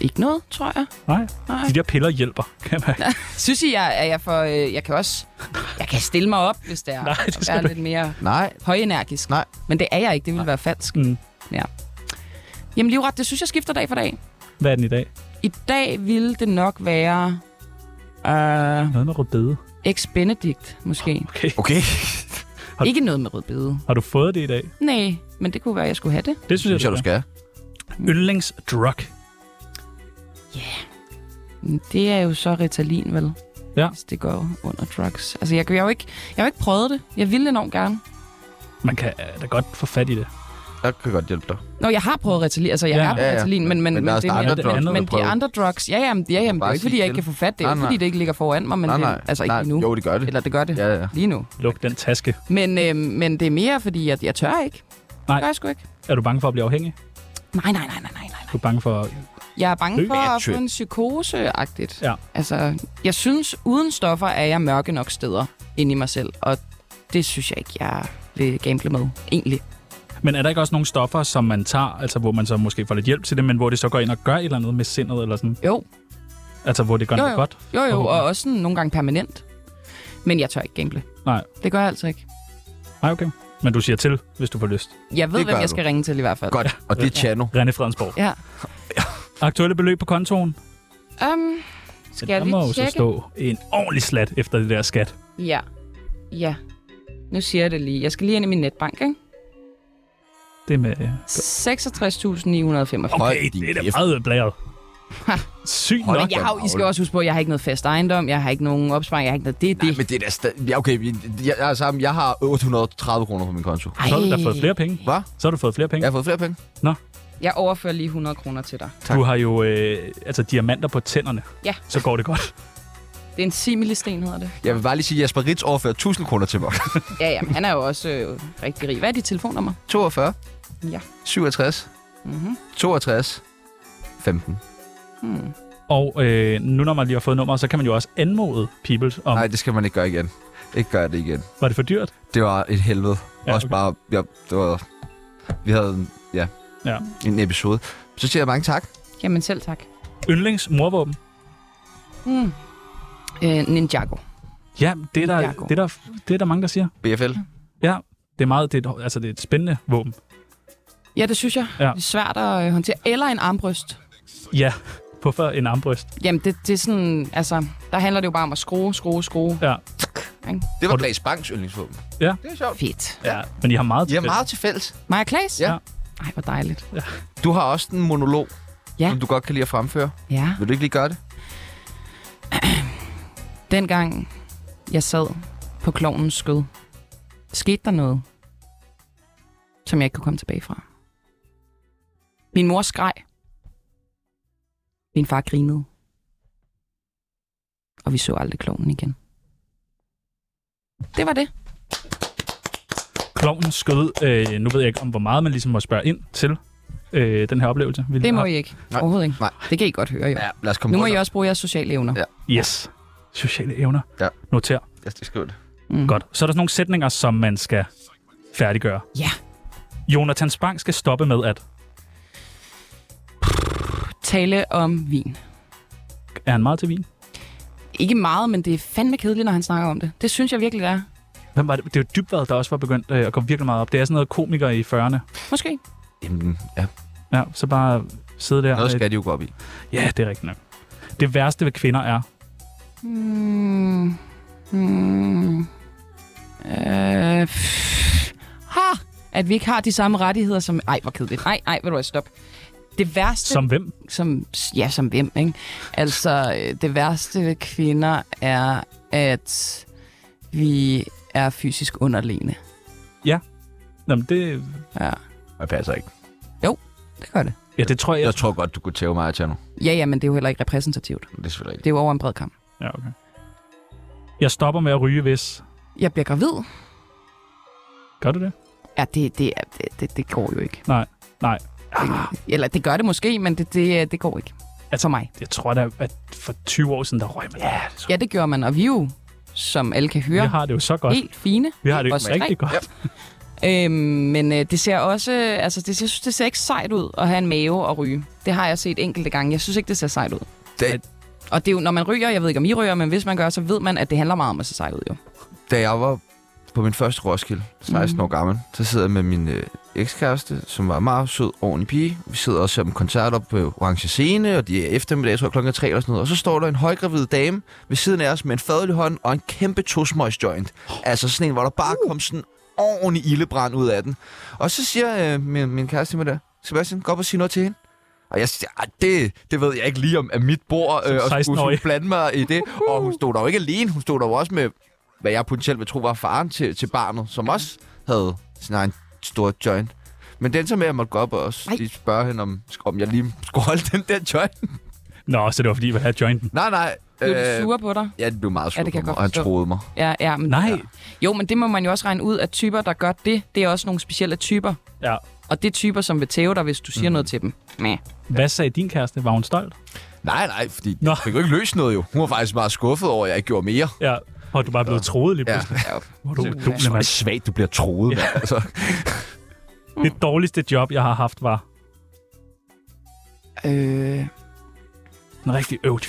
D: ikke noget, tror jeg.
C: Nej.
D: Nej.
C: De der piller hjælper, kan man.
D: Synes I, jeg, at jeg, for, øh, jeg kan også... Jeg kan stille mig op, hvis det er
C: Nej, det
D: at
C: skal
D: være
C: du
D: lidt mere
A: Nej,
D: højenergisk.
A: Nej.
D: Men det er jeg ikke. Det ville være falsk.
C: Mm.
D: Jamen livret, det synes jeg skifter dag for dag.
C: Hvad er den i dag?
D: I dag ville det nok være... Øh,
C: Noget med rødbede.
D: ex Benedict, måske.
C: Okay.
A: okay.
C: Hold-
D: Ikke noget med rødbede.
C: Har du fået det i dag?
D: Nej, men det kunne være, at jeg skulle have det.
C: Det
A: Det synes jeg, du
C: skal.
A: skal.
C: Yndlingsdrug.
D: Men Det er jo så Ritalin, vel?
C: Ja.
D: Hvis det går under drugs. Altså, jeg, kan- jeg, har jo ikke, jeg har jo ikke prøvet det. Jeg ville enormt gerne.
C: Man kan øh, da godt få fat i det.
A: Jeg kan godt hjælpe dig.
D: Nå, jeg har prøvet Ritalin. Altså, jeg
C: Ja.
D: ja, er på
A: Ja, ja.
D: Ritalin, men, men,
A: Men der er
D: det er
A: også
D: mere-
A: andre drugs,
C: andet.
A: man
D: Men
A: kan prøve.
D: de andre drugs, ja, jamen, ja, jamen, det
A: Bare
D: er jo ikke,
A: sige
D: fordi jeg
A: til.
D: ikke kan få fat det. er
A: Nej,
D: ikke,
A: nej.
D: fordi det ikke ligger foran mig, men
A: Nej,
D: det,
A: nej.
D: altså ikke
A: nej.
D: lige nu.
A: Jo, det gør det.
D: Eller det gør det
A: Ja, ja.
D: lige nu.
C: Luk den taske.
D: Men, øh, men det er mere, fordi jeg, jeg tør ikke.
C: Nej.
D: Det gør jeg sgu ikke.
C: Er du bange for at blive afhængig?
D: Nej, nej, nej, nej, nej, nej.
C: Du er bange for...
D: Jeg er bange
C: Lykke
D: for
A: er
D: at få
A: trip.
D: en psykose-agtigt.
C: Ja.
D: Altså, jeg synes, uden stoffer er jeg mørke nok steder inde i mig selv, og det synes jeg ikke, jeg vil gamble med, egentlig.
C: Men er der ikke også nogle stoffer, som man tager, altså hvor man så måske får lidt hjælp til det, men hvor det så går ind og gør et eller andet med sindet, eller sådan?
D: Jo,
C: Altså hvor det gør
D: Jo,
C: noget godt?
D: jo jo,
C: Forhåbentlig.
D: og også sådan nogle gange permanent. Men jeg tør ikke gamble.
C: Nej.
D: Det gør jeg altså ikke.
C: Nej, okay. Men du siger til, hvis du får lyst.
D: Jeg ved,
A: Det
D: hvem
A: gør
D: jeg
A: du.
D: skal ringe til i hvert fald.
A: Godt, og det er Chano.
C: René Fredensborg.
D: Ja.
C: Aktuelle beløb på kontoen?
D: Um, skal jeg
C: der må jo
D: lige
C: så
D: tjekke?
C: stå en ordentlig slat efter det der skat.
D: Ja. Ja. Nu siger jeg det lige. Jeg skal lige ind i min netbank, ikke?
C: Det med...
D: 66.985.
A: Hold
C: Okay,
A: din
C: det er da
A: kæft.
C: meget blæret. Sygt
A: Hold
C: nok.
A: da
D: Jeg har, jo- I skal
A: Paul.
D: også huske på, at jeg har ikke noget fast ejendom, jeg har ikke nogen opsparing, jeg har ikke noget... Det er det.
A: Men det er da stadig... Ja, okay, vi- jeg, jeg, er sammen. jeg har 830 kroner på min konto.
C: Så har du da fået flere penge.
A: Hvad?
C: Så har du fået flere penge.
A: Jeg har fået flere penge.
D: Jeg overfører lige 100 kroner til dig.
C: Du har jo øh, altså diamanter på tænderne.
D: Ja.
C: Så går det godt.
D: Det er en similesten, hedder det.
A: Jeg vil bare lige sige, at Jesper Ritz overfører 1000 kroner til mig.
D: Ja, ja, han er jo også øh, rigtig rig. Hvad er dit telefonnummer?
A: 42.
D: Ja.
A: 67.
D: Mhm.
A: 62. 15.
D: Hmm.
C: Og øh, nu når man lige har fået nummeret, så kan man jo også anmode people om,
A: Nej,
C: Nej.
A: det skal man ikke gøre igen. Ikke gøre det igen.
C: var det for dyrt?
A: Det var et helvede.
C: Ja,
A: Ja, Også
C: okay.
A: bare... Ja, det var, vi havde en, ja,
C: Ja.
A: en episode. Så siger jeg mange tak.
D: Jamen selv tak.
C: Yndlings morvåben.
D: Hmm. Øh, Ninjago.
C: Ja, det er, der,
D: Ninjago.
C: det, er der, det er der mange, der siger.
A: BFL.
D: Mm.
C: Ja, det er meget, det er et, altså det er et spændende våben.
D: Ja, det synes jeg.
C: Ja.
D: Ja. Det er svært at øh, håndtere. Eller en armbryst.
C: Ja, hvorfor en armbryst?
D: Jamen, det, det er sådan... Altså, der handler det jo bare om at skrue, skrue, skrue.
C: Ja,
A: Det
C: Har
A: var
C: du-
A: Claes Bangs yndlingsvåben.
C: Ja.
A: Det er sjovt.
D: Fedt.
C: ja. men I har meget
A: I
C: til
A: har
C: fælles.
A: meget til fælles.
D: Maja Klaas?
A: Ja.
D: Ej, hvor dejligt.
A: Du har også en monolog,
D: Ja.
A: som du godt kan lide at fremføre.
D: Ja.
A: Vil du ikke lige gøre det?
D: Dengang jeg sad på klovnens skød, skete der noget, som jeg ikke kunne komme tilbage fra. Min mor skreg. Min far grinede. Og vi så aldrig klovnen igen. Det var det.
C: Klovnen skød, øh, nu ved jeg ikke om, hvor meget man ligesom må spørge ind til øh, den her oplevelse. Vi lige
D: Det må
C: har-
D: I ikke.
A: Nej.
D: Overhovedet ikke.
A: Nej.
D: Det kan I godt høre, jo.
A: Ja, lad os komme
D: Nu må
A: videre.
D: I også bruge jeres sociale evner.
A: Ja.
C: Yes. Sociale evner.
A: Ja.
C: Noter.
A: Jeg skal skrive det.
D: Mm.
C: Godt. Så er der sådan nogle sætninger, som man skal færdiggøre.
D: Ja.
C: Jonathan Spang skal stoppe med at...
D: Tale om vin.
C: Er han meget til vin?
D: Ikke meget, men det er fandme kedeligt, når han snakker om det. Det synes jeg virkelig, det er.
C: Hvem var det? Det var Dybvad, der også var begyndt øh, at komme virkelig meget op. Det er sådan noget komiker i 40'erne.
D: Måske.
A: Jamen, ja.
C: Ja, så bare sidde der.
A: Noget
C: øh,
A: skal de jo gå op i.
C: Ja, det er rigtigt nok. Det værste ved kvinder er...
D: Mm. Mm. Øh. pff. Ha! At vi ikke har de samme rettigheder som... Ej, hvor kedeligt. Ej, ej, vil du have stop. Det værste...
C: Som hvem?
D: som ja, som hvem, ikke? Altså, øh, det værste ved kvinder er, at vi er fysisk underlegne.
C: Jamen, det...
D: Ja,
A: Jeg passer ikke.
D: det gør det.
C: Ja, det tror jeg...
A: Jeg tror godt, du kunne tæve mig, Tjerno.
D: Ja, ja, men det er jo heller ikke repræsentativt.
A: Det er selvfølgelig
D: Det er jo over en bred kamp.
C: Ja, okay. Jeg stopper med at ryge, hvis...
D: Jeg bliver gravid.
C: Gør du det?
D: Ja, det, det, er- det, det, det går jo ikke.
C: Nej, nej. Ah,
D: Eller det gør det måske, men det, det, det går ikke.
C: Altså-
D: Altså, for mig.
C: Jeg tror da, at for 20 år siden, der røg man. Ja, det tror
D: Ja, det gjorde man, og vi er jo, som alle kan
C: jeg.
D: høre,
C: Vi har det jo så godt.
D: helt fine.
C: Vi har det jo
D: Vores
C: rigtig godt.
D: Øhm, men øh, det ser også, øh, altså det, jeg synes, det ser ikke sejt ud at have en mave og ryge. Det har jeg set enkelte gange. Jeg synes ikke, det ser sejt ud.
A: Det,
D: Og det er jo, når man ryger, jeg ved ikke om I ryger, men hvis man gør, så ved man, at det handler meget om at se sejt ud jo.
A: da jeg var på min første Roskilde, 16 år gammel, så sidder jeg med min øh, ekskæreste, som var en meget sød, ordentlig pige. Vi sidder også om koncerter på Orange Scene, og de er eftermiddag, tror jeg, klokken er tre eller sådan noget. Og så står der en højgravid dame ved siden af os med en fadøl i hånden og en kæmpe tosmøjs joint. Altså sådan en, hvor der bare kom sådan ordentlig ildebrand ud af den. Og så siger øh, min, min kæreste til mig der, Sebastian, gå op og sige noget til hende. Og jeg siger, "Ah, det, det ved jeg ikke lige om er mit bord, øh, og skulle sådan
C: 16-årig.
A: blande mig i det. Og hun stod der jo ikke alene, hun stod der jo også med hvad jeg potentielt vil tro var faren til, til barnet, som også havde sin egen store joint. Men den så med, at jeg måtte gå op og s-
D: Ej.
A: lige spørge hende, om, om jeg lige skulle holde den der joint.
C: Nå, så det var fordi, vi havde jointen.
A: Nej, nej.
D: Bliver øh, sure på dig?
A: Ja, det blev meget sur
D: Ja, det kan
A: på
D: jeg
A: mig,
D: godt
A: og han
D: forstå.
A: troede mig.
D: Ja, ja, men,
C: Nej.
D: Ja. Jo, men det må man jo også regne ud, at typer, der gør det, det er også nogle specielle typer.
C: Ja.
D: Og det er typer, som vil tæve dig, hvis du
C: Mhm.
D: siger mm. noget til dem. Næh.
C: Hvad sagde din kæreste? Var hun stolt?
A: Nej, nej, fordi
C: Nå.
A: Nå. jeg fik jo ikke løst noget jo. Hun var faktisk meget skuffet over, at jeg ikke gjorde mere.
C: Ja. Og du bare blevet troet lige
A: Ja.
C: pludselig.
D: Ja.
C: Hvor du, du
A: Så er
C: mand.
A: det svagt, du bliver troet, ja. mand. Altså,
C: Det dårligste job, jeg har haft, var
D: Øh,
C: en rigtig øvd.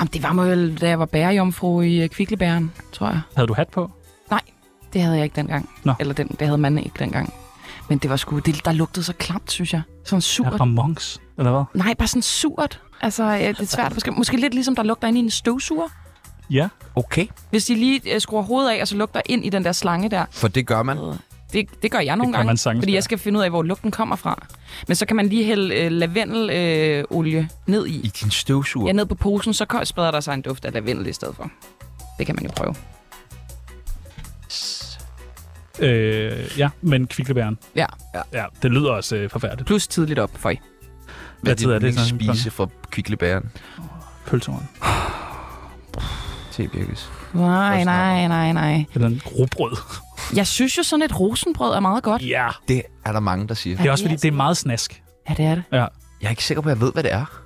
D: jamen, det var mig vel, da jeg var bærejomfru i øh, Kviklebæren, tror jeg.
C: Havde du hat på?
D: Det havde jeg ikke dengang.
C: Nå.
D: Eller den, det havde man ikke dengang. Men det var sgu, det, der lugtede så klamt, synes jeg. Sådan
C: Ja,
D: surt.
C: Ramons, eller hvad?
D: Nej, bare sådan surt. Altså, ja, det er svært. Måske, måske lidt ligesom, der lugter ind i en støvsuger.
C: Ja.
A: okay,
D: Hvis de lige øh, skruer hovedet af, og så lugter ind i den der slange der.
A: for det gør man.
D: Det, det gør jeg nogle
C: kan
D: gange,
C: man sagtens
D: fordi
C: gøre.
D: jeg skal finde ud af, hvor lugten kommer fra. Men så kan man lige hælde øh, lavendelolie øh, olie ned i.
A: I din støvsuger.
D: Ja, ned på posen, så ko- spreder der sig en duft af lavendel i stedet for. Det kan man jo prøve.
C: Øh, ja, men kviklebæren.
D: Ja.
C: Ja, det lyder også øh, forfærdeligt.
D: Plus tidligt op, for I.
A: Hvad er
C: tid er
A: det,
C: det,
A: det
C: så?
A: spise fra kviklebæren?
C: Pølsehorn.
A: Tebirkes.
D: Nej, nej, nej, nej.
C: Eller en grobrød.
D: Jeg synes jo, sådan et rosenbrød er meget godt.
C: Ja.
A: Det er der mange, der siger.
C: Det er også fordi, det er meget snask.
D: Ja, det er det.
C: Ja.
A: Jeg er ikke sikker på, at jeg ved, hvad det er.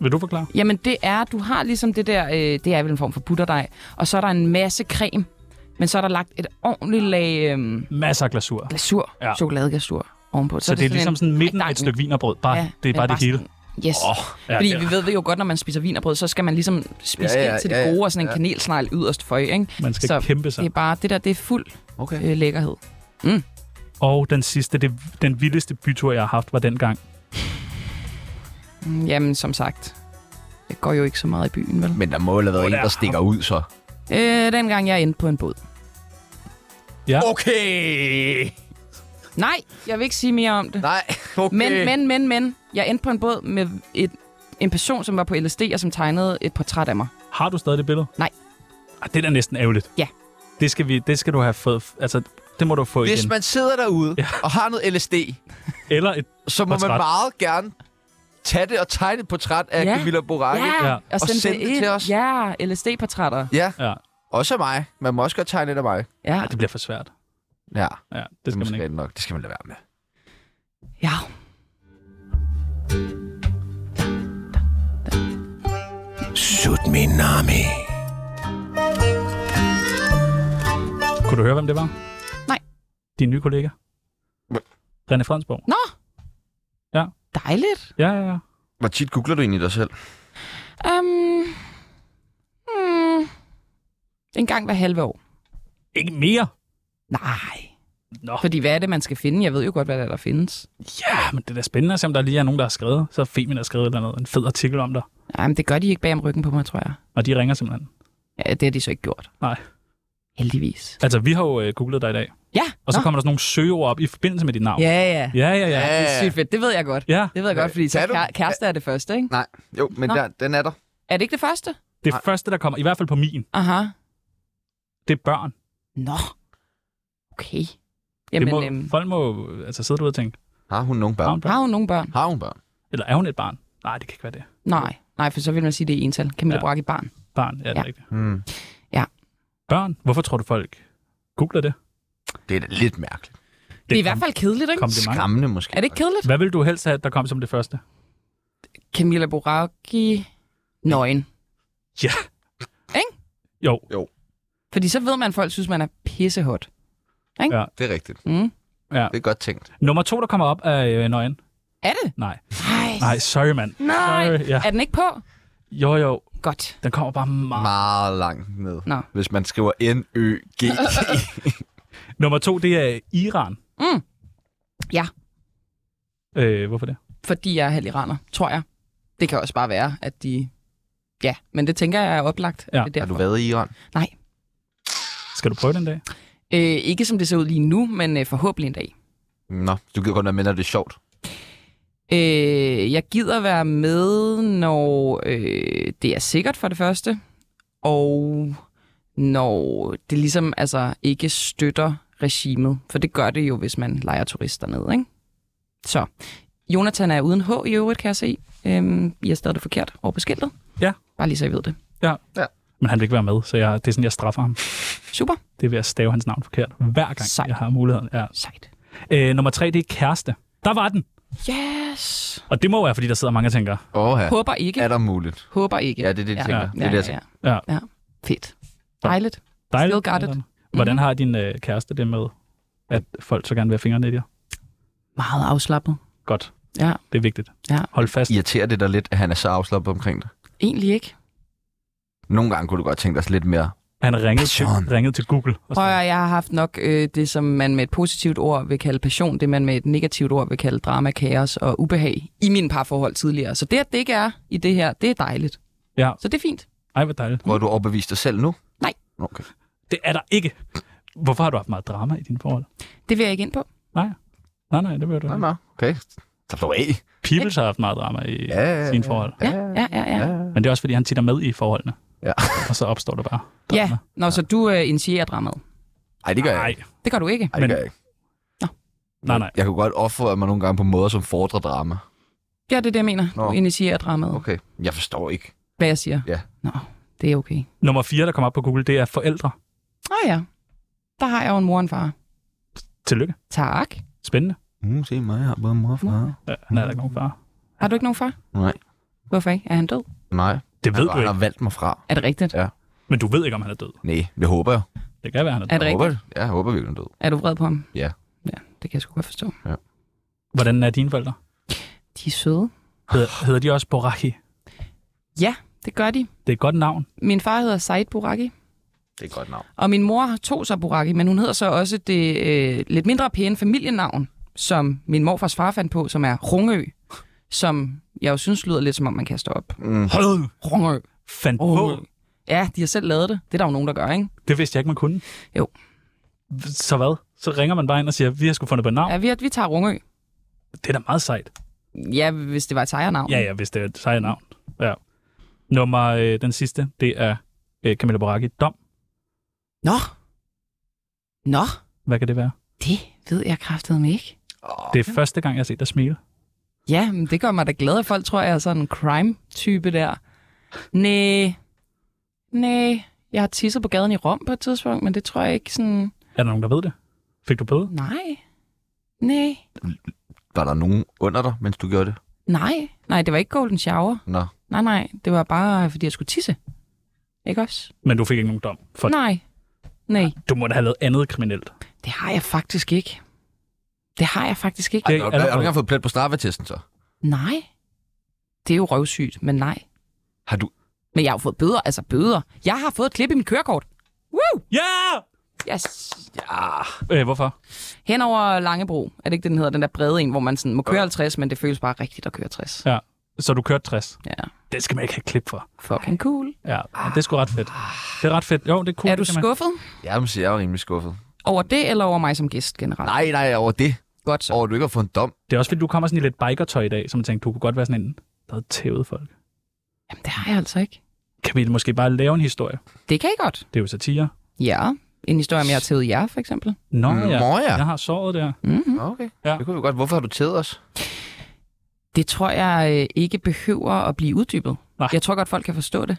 C: Vil du forklare?
D: Jamen, det er, du har ligesom det der, øh, det er vel en form for butterdej, og så er der en masse creme, men så er der lagt et ordentligt lag øh,
C: Masser af glasur. Så,
D: glasur,
C: Ja.
D: ja. chokoladeglasur ovenpå.
C: så det er
D: sådan
C: ligesom
D: en-
C: sådan midten af
D: Ej, nej,
C: et stykke vinerbrød. Bare, ja, det er
D: men
C: bare det hele.
D: sådan- Yes. Oh,
C: Ja,
D: Fordi
C: ja.
D: vi ved jo godt, når man spiser vinerbrød, så skal man ligesom spise
A: Ja,
D: ja,
A: ja,
D: ja, ind til
A: ja,
D: det
A: ja,
D: gode, og sådan en
A: ja.
D: kanelsnegl yderst for ikke?
C: Man skal
D: Så
C: kæmpe sig.
D: Det er bare, det der, det er fuld
A: Okay.
D: øh, lækkerhed.
C: Og den sidste, det, den vildeste bytur, jeg har haft, var dengang.
D: Mm, Jamen, som sagt, jeg går jo ikke så meget i byen, vel?
A: Men der må jo have været
C: Hvor
A: en,
C: der
A: der
C: er
A: stikker ud, så.
D: Øh, dengang jeg endte på en båd.
A: Okay!
D: Nej, jeg vil ikke sige mere om det.
A: Nej, okay.
D: Men, men, men, men. Jeg endte på en båd med et, en person, som var på LSD, og som tegnede et portræt af mig.
C: Har du stadig det billede?
D: Nej.
C: Ah, det er da næsten ærgerligt.
D: Ja.
C: Det skal, vi, det skal du have fået. Altså, det må du få
A: Hvis
C: igen.
A: man sidder derude ja. og har noget LSD,
C: Eller et...
A: så må man
C: Portræt.
A: meget gerne tage det og tegne et portræt af
D: Ja.
A: Camilla Boracchi.
C: Ja.
D: og send,
A: send det
D: ind.
A: til os.
D: Ja, LSD-portrætter.
A: ja.
C: Ja.
A: Også af mig. Man må også godt tegne et af mig.
D: Ja.
C: Ej, det bliver for svært.
A: Ja,
C: Ja, det skal
A: måske
C: man ikke.
A: nok. Det skal man lade være med.
D: ja.
A: Shoot me, Nami.
C: Kunne du høre, hvem det var?
D: Nej.
C: Din nye kollega?
A: Hva-
C: René Fransborg.
D: Nå!
C: Ja.
D: Dejligt.
C: Ja, ja, ja.
A: Hvor tit googler du egentlig dig selv?
D: Um, hmm, en gang hver halve år.
C: Ikke mere?
D: Nej.
C: Nå.
D: Fordi hvad er det, man skal finde? Jeg ved jo godt, hvad der, er, der findes.
C: Ja, men det er da spændende at se, om der lige er nogen, der har skrevet. Så har Femin har skrevet et eller andet, en fed artikel om dig.
D: Nej, men det gør de ikke bag om ryggen på mig, tror jeg.
C: Og de ringer simpelthen.
D: Ja, det har de så ikke gjort.
C: Nej.
D: Heldigvis.
C: Altså, vi har jo øh, googlet dig i dag.
D: Ja.
C: Og så
D: nå.
C: kommer der sådan nogle søgeord op i forbindelse med dit navn.
D: Ja, ja.
C: Ja, ja, ja.
D: Det er sygt fedt. Det ved jeg godt.
C: ja.
D: Det ved jeg godt, fordi så
A: Kan du?
D: kæ- kæreste er det første, ikke?
A: Nej, jo, men
D: Nå.
A: der, den er der.
D: Er det ikke det første?
C: Det
A: Nej.
C: første, der kommer, i hvert fald på min,
D: Aha.
C: det er børn.
D: Nå. Okay.
C: Jamen,
D: Jamen,
C: det må,
D: øhm,
C: Folk må øh, altså, sidde derude og tænke,
A: Har hun nogen
C: har
A: børn?
C: hun børn?
D: har hun nogen børn?
A: Har hun børn?
C: Eller er hun et barn? Nej, det kan ikke være det.
D: Nej. Nej, for så vil man sige, det er ental. Camilla
C: Ja.
D: ja. Brakke barn.
C: Barn, ja, det er
D: Ja.
C: rigtigt.
A: Hmm.
C: Børn? Hvorfor tror du, folk googler det?
A: Det er da lidt mærkeligt.
D: Det, er i hvert fald kedeligt, ikke?
C: Kom det mange.
A: Skræmmende måske.
D: Er det ikke kedeligt?
C: Hvad vil du helst have, at der kom som det første?
D: Camilla Boracchi nøgen.
C: Ja.
D: Ikke?
C: Jo.
D: Fordi så ved man, at folk synes, man er pissehot.
A: Det er rigtigt.
D: Mm.
C: Ja.
A: Det er godt tænkt.
C: Nummer to, der kommer op, er øh, nøgen.
D: Er det?
C: Nej.
D: Nej.
C: Nej, sorry, mand.
D: Nej.
C: Sorry, ja.
D: Er den ikke på?
C: Jo, jo.
D: Godt.
C: Den kommer bare meget.
A: Meget langt ned.
D: Nå.
A: Hvis man skriver N-Ø-G.
C: Nummer to, det er Iran.
D: Mm. Ja.
C: Øh, hvorfor det?
D: Fordi jeg er halv iraner, tror jeg. Det kan også bare være, at de... Ja, men det tænker jeg er oplagt.
C: Ja.
D: at Det er
A: har du
D: derfor.
A: været i Iran?
C: Skal du prøve den dag?
D: Øh, ikke som det ser ud lige nu, men øh, forhåbentlig en dag.
A: Nå, du kan godt være med, når det er sjovt.
D: Øh, jeg gider være med, når øh, det er sikkert for det første, og når det ligesom altså ikke støtter regimet, for det gør det jo, hvis man leger turister ned, ikke? Så, Jonathan er uden H i øvrigt, kan jeg se. Øhm, I har stadig det forkert over på skiltet.
C: Ja.
D: Bare lige så I ved det.
C: Men han vil ikke være med, så jeg, det er sådan, jeg straffer ham.
D: Super.
C: Det er ved at stave hans navn forkert, hver gang
D: Sejt.
C: jeg har muligheden. Ja.
D: Sejt.
C: Øh, nummer tre, det er kæreste. Der var den.
D: Yes.
C: Og det må være, fordi der sidder mange og tænker,
A: Åh, ja.
D: Håber ikke.
A: Er der muligt?
D: Håber ikke.
A: Ja, det er det, de
D: Ja.
A: tænker.
C: Ja.
A: Det er det, jeg tænker.
D: ja,
C: Ja.
D: ja. ja. Fedt. Dejligt.
C: dejligt.
D: Still got it. Mm-hmm.
C: Hvordan har din øh, kæreste det med, at folk så gerne vil have fingrene i dig?
D: Meget afslappet.
C: Godt.
D: Ja.
C: Det er vigtigt.
D: Ja.
C: Hold fast.
A: Irriterer det dig lidt, at han er så afslappet omkring dig?
D: Egentlig ikke.
A: Nogle gange kunne du godt tænke dig lidt mere.
C: Han ringede til,
A: Passion.
C: ringede til Google. Og
D: Prøv at
C: sagde,
D: høre, jeg har haft nok øh, det, som man med et positivt ord vil kalde passion, det man med et negativt ord vil kalde drama, kaos og ubehag i mine parforhold tidligere. Så det, at det ikke er i det her, det er dejligt.
C: Ja.
D: Så det er fint.
C: Ej, hvor dejligt.
A: Hvor du overbevist dig selv nu?
D: Mm. Nej.
A: Okay.
C: Det er der ikke. Hvorfor har du haft meget drama i dine forhold?
D: Det vil jeg ikke ind på.
C: Nej, nej, nej det vil du
A: Nej,
C: ikke.
A: nej. Okay. Så du af.
C: Peoples har haft meget drama i
A: Ja, ja, ja.
C: sine forhold.
D: Ja, ja, ja. ja.
C: Men det er også, fordi han tit er med i forholdene.
A: Ja.
C: Og så opstår der bare drama.
D: ja. Nå, så du øh, initierer dramaet.
A: Nej, det gør jeg
C: Nej,
A: ikke.
D: Det gør du ikke.
A: Ej, det
C: Men-
A: gør jeg ikke.
C: nej, nej.
A: Jeg kunne godt opfordre mig nogle gange på måder, som fordrer drama.
D: Ja, det er det, jeg mener.
A: Nå.
D: Du initierer dramaet. Okay.
A: Okay. Jeg forstår ikke.
D: Hvad jeg siger.
A: Ja.
D: Nå, det er okay.
C: Nummer 4, der kommer op på Google, det er forældre.
D: Nå ja, der har jeg jo en mor og en far.
C: Tillykke.
D: Tak.
C: Spændende.
A: Mm, se mig, jeg har både mor og far.
C: Ja, han er der ikke nogen far.
D: Har du ikke nogen far?
A: Nej.
D: Hvorfor ikke? Er han død?
A: Nej.
C: Det ved du
A: Han
C: ikke.
A: har valgt mig fra.
D: Er det rigtigt?
A: Ja.
C: Men du ved ikke, om han er død.
A: Nej, det håber jeg.
C: Det kan være, han er
D: Er
C: død.
D: det
A: Jeg håber,
D: rigtigt?
A: det. Ja, jeg håber virkelig, han er død.
D: Er du vred på ham?
A: Ja.
D: Ja, det kan jeg sgu godt forstå.
C: Hvordan er dine forældre?
D: De er søde.
C: Hedder, hedder de også Boraki?
D: Ja, det gør de.
C: Det er et godt navn.
D: Min far hedder Said Buraki,
A: Det er et godt navn.
D: og min mor tog sig Buraki, men hun hedder så også det øh, lidt mindre pæne familienavn, som min morfars far fandt på, som er Rungø, som jeg jo synes lyder lidt som om, man kaster op.
A: Mm.
C: Hold nu
D: Rungø.
C: Fandt
D: Rungø.
C: på.
D: Ja, de har selv lavet det. Det er der jo nogen, der gør, ikke?
C: Det vidste jeg ikke, man kunne.
D: Jo.
C: Så hvad? Så ringer man bare ind og siger, vi har sgu fundet på et navn.
D: Ja,
C: Ja.
D: vi, vi tager Rungø.
C: Det er da meget sejt.
D: Ja, hvis det var et sejernavn.
C: Ja, ja, hvis det er et sejt navn. Ja. Nummer øh, den sidste, det er øh, Camilla Boraki. Dom.
D: Nå. Nå,
C: Hvad kan det være?
D: det ved jeg kraftedeme ikke.
C: Det er første gang, jeg har set dig smile.
D: Ja, men det gør mig da glad, at folk tror, jeg er sådan en crime-type der. Næh. Næh. Jeg har tisset på gaden i Rom på et tidspunkt, men det tror jeg ikke sådan...
C: Er der nogen, der ved det? Fik du bøde?
D: Nej. Nej.
A: Var der nogen under dig, mens du gjorde det?
D: Nej. Nej, det var ikke golden shower.
A: Nå.
D: Nej, nej. Det var bare, fordi jeg skulle tisse. Ikke også?
C: Men du fik ikke nogen dom. For
D: Nej. Nej.
C: du må da have lavet andet kriminelt.
D: Det har jeg faktisk ikke. Det har jeg faktisk ikke.
A: Ej,
C: Det
A: har
C: er
A: du- har du ikke
C: allerede-
A: engang fået plet på straffetesten, så?
D: Nej. Det er jo røvsygt, men nej.
A: Har du...
D: Men jeg har jo fået bøder, altså bøder. Jeg har fået et klip i mit kørekort. Woo!
C: Ja!
D: Yes.
A: Ja,
C: Øh, hvorfor?
D: Hen over Langebro, er det ikke det, den hedder, den der brede en, hvor man sådan må køre 50, men det føles bare rigtigt at køre 60.
C: Ja. Så du kørte 60.
D: Ja,
C: Det skal man ikke have klip for.
D: fucking cool.
C: Ja, men det er sgu ret fedt. Det er ret fedt. Jo, det er cool.
D: Er du
C: det kan man-
D: skuffet
A: jeg må sige, jeg var rimelig skuffet.
D: over det, eller over mig som gæst generelt?
A: Nej, nej, over det.
D: Godt så.
A: Over, at du ikke har fået en dom.
C: Det er også fordi, du kommer sådan i lidt bikertøj i dag, som jeg tænkte, du kunne godt være sådan en, der havde tævet folk.
D: Jamen, det har jeg altså ikke.
C: Kan vi måske bare lave en historie?
D: Det kan I godt.
C: Det er jo satire.
D: Ja, en historie om, jeg har tævet jer, for eksempel.
C: Nå
A: Mm,
C: ja,
A: nå ja.
C: jeg har såret der.
D: Mm-hmm.
A: Okay.
C: Ja.
A: Det kunne vi godt. Hvorfor har du tædet os?
D: Det tror jeg øh, ikke behøver at blive uddybet.
C: Nej.
D: Jeg tror godt, folk kan forstå det.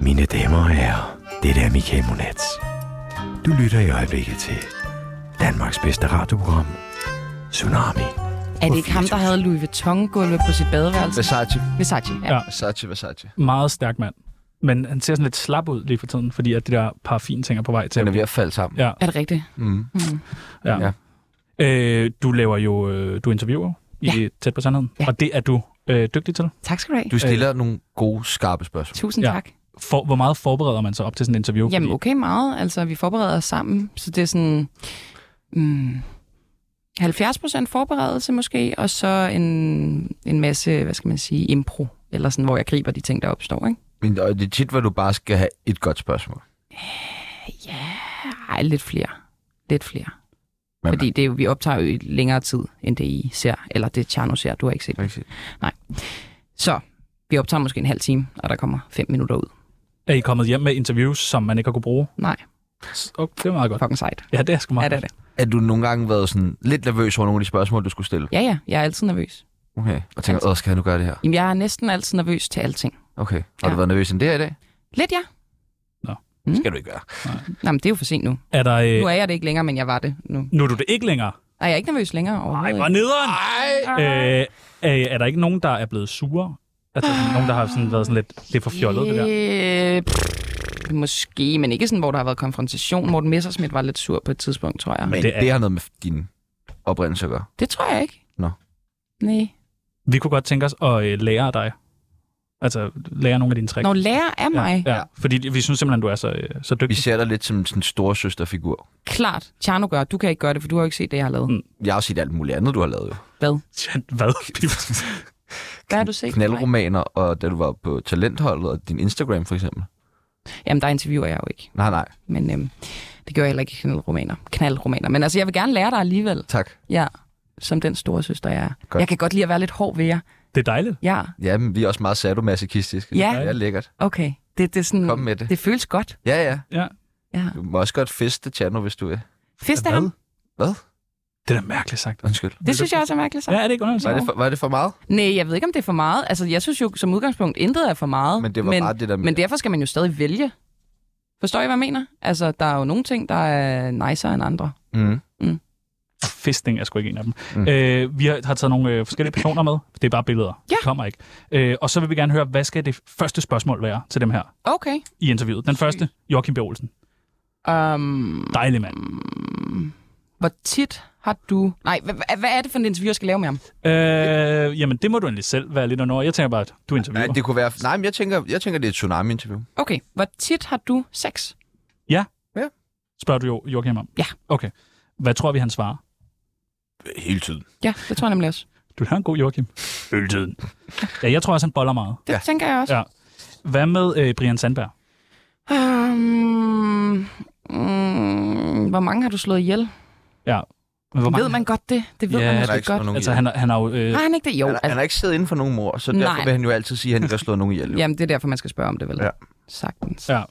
H: Mine damer og herrer, det er Michael Monats. Du lytter i øjeblikket til Danmarks bedste radioprogram, Tsunami.
D: Er det ikke ham, der havde Louis Vuitton-gulvet på sit badeværelse?
A: Versace.
D: Versace, ja.
C: Ja.
D: ja.
A: Versace, Versace.
C: Meget stærk mand. Men han ser sådan lidt slap ud lige for tiden, fordi at det der parfin ting er på vej til.
A: Den er ved at falde sammen.
D: Er det rigtigt?
A: Mm.
C: Ja. Øh, du laver jo, øh, du interviewer i ja. Tæt på Sandheden,
D: Ja.
C: og det er du øh, dygtig til.
D: Tak skal du have.
A: Du stiller nogle gode, skarpe spørgsmål.
D: Tusind
C: Ja.
D: tak.
C: For, hvor meget forbereder man sig op til sådan et interview?
D: Jamen
C: Fordi-
D: okay meget. Altså, vi forbereder os sammen, så det er sådan... Mm, 70% forberedelse måske, og så en, en masse, hvad skal man sige, impro, eller sådan, hvor jeg griber de ting, der opstår, ikke?
A: Men og det er tit, hvor du bare skal have et godt spørgsmål.
D: Ej, lidt flere. Lidt flere.
A: Men-
D: Fordi det, er jo- vi optager jo i længere tid, end det I ser, eller det Tjerno ser, du har ikke set. det. Så vi optager måske en halv time, og der kommer fem minutter ud.
C: Er I kommet hjem med interviews, som man ikke har kunne bruge?
D: Nej,
C: Okay, det er meget godt.
D: fucking sejt.
C: Ja, det er sgu
D: Ja,
C: meget
D: det er
C: godt.
D: det.
A: Er du nogle gange været sådan lidt nervøs over nogle af de spørgsmål, du skulle stille?
D: Ja, ja, jeg er altid nervøs.
A: Okay. Og tænker, åh, skal jeg nu gøre det her?
D: Jamen, jeg er næsten altid nervøs til alting.
A: Okay. Har
D: Ja.
A: du været nervøs end det her i dag?
D: Lidt, ja.
A: Det skal du ikke gøre.
D: Nå, men det er jo for sent nu.
C: Er der, øh,
D: Nu er jeg det ikke længere, men jeg var det nu.
C: nu er du det ikke længere.
D: Nej, jeg er ikke nervøs længere
C: Nej,
D: overhovedet.
C: hvor nederen! Øh, er, er der ikke nogen, der er blevet sure? Altså sådan, nogen, der har sådan, været sådan lidt, lidt for fjollet, det der?
D: Øh, pff, Måske, men ikke sådan, hvor der har været konfrontation. Morten Messersmith var lidt sur på et tidspunkt, tror jeg.
A: Men
C: det
A: det,
C: er-
A: er... det har noget med din oprindelse at gøre.
D: Det tror jeg ikke.
A: Nå.
D: Nej.
C: Vi kunne godt tænke os at øh, lære af dig. Altså, lære nogle af dine tricks.
D: Når lærer er mig, ja,
C: Ja, ja, fordi vi synes simpelthen, du er så, øh, så
A: Vi
C: dygtig.
A: ser dig lidt som sådan en storsøsterfigur.
D: klart, Tjerno gør, du kan ikke gøre det, for du har jo ikke set det, jeg har lavet.
C: Mm.
A: Jeg har også set alt muligt andet, du har lavet jo.
D: Hvad?
C: Hvad?
D: Hvad har du set? Nej.
A: knaldromaner, og da du var på talentholdet, og din Instagram for eksempel?
D: Jamen, der interviewer jeg jo ikke.
A: Nej, nej.
D: Men øhm, det gør jeg heller ikke i knaldromaner. knaldromaner. Men altså, jeg vil gerne lære dig alligevel.
A: Tak.
D: Ja, som den store søster, jeg er.
A: Godt.
D: Godt. Jeg kan godt lide at være lidt hård ved jer.
C: Det er dejligt.
D: Ja,
A: Ja, men vi er også meget sadomasochistiske.
D: Ja.
A: Det er lækkert.
D: okay. Det, det, er sådan,
A: Kom med det.
D: det føles godt.
A: Ja, ja.
D: Ja.
A: Du må også godt feste, Tjerno, hvis du vil.
D: Fist af ham.
A: Hvad?
C: Det er da mærkeligt sagt.
A: Undskyld.
D: Det synes jeg også er mærkeligt sagt.
C: Ja, er det ikke underligt?
A: Var det, for, var det for meget?
D: Nej, jeg ved ikke, om det er for meget. Altså, jeg synes jo som udgangspunkt, intet er for meget.
A: Men det var
D: men,
A: bare det der med-
D: Men derfor skal man jo stadig vælge. Forstår I, hvad jeg mener? Altså, der er jo nogle ting, der er nicer end andre.
A: Mm.
C: Og fisting er sgu ikke en af dem.
A: Mm.
C: Mm. Øh, vi har, har taget nogle øh, forskellige personer med. Det er bare billeder.
D: Ja.
C: Det kommer ikke. Øh, og så vil vi gerne høre, hvad skal det første spørgsmål være til dem her
D: Okay.
C: i interviewet? Den første, Joachim B. Olsen.
D: Um,
C: Dejlig mand.
D: hvor tit har du... Nej, hvad, hvad- hvad er det for en interview, jeg skal lave med ham?
C: Øh, jamen, det må du endelig selv være lidt under. over. Jeg tænker bare, at du interviewer.
A: Nej, det kunne være... Nej, men jeg tænker, jeg tænker det er et tsunami-interview.
D: Okay, hvor tit har du sex?
C: Spørger du jo Joachim om?
D: Ja.
C: Okay. Hvad tror vi, han svarer?
A: Hele tiden.
D: Ja, det tror jeg nemlig også.
C: Du er en god Joachim. Øltiden. Ja, jeg tror også, han boller meget.
A: Ja.
D: Det ja. tænker jeg også.
C: Ja. Hvad med øh, Brian Sandberg?
D: Um, mm, hvor mange har du slået ihjel?
C: Ja. Men Hvor
D: Ved man godt det? Det ved
C: Ja,
D: man
C: der er
A: Han har
D: måske
A: ikke slået
D: godt.
A: nogen
C: Altså,
A: ihjel.
C: han, har- han har jo... Øh,
D: Har han ikke det? Jo, altså-
A: Han, har- han har ikke siddet inden for nogen mor, så derfor
D: Nej.
A: vil han jo altid sige, at han ikke har slået nogen ihjel. jo.
D: altså, Jamen, det er derfor, man skal spørge om det, vel?
A: Ja.
D: Sagtens.
C: ja.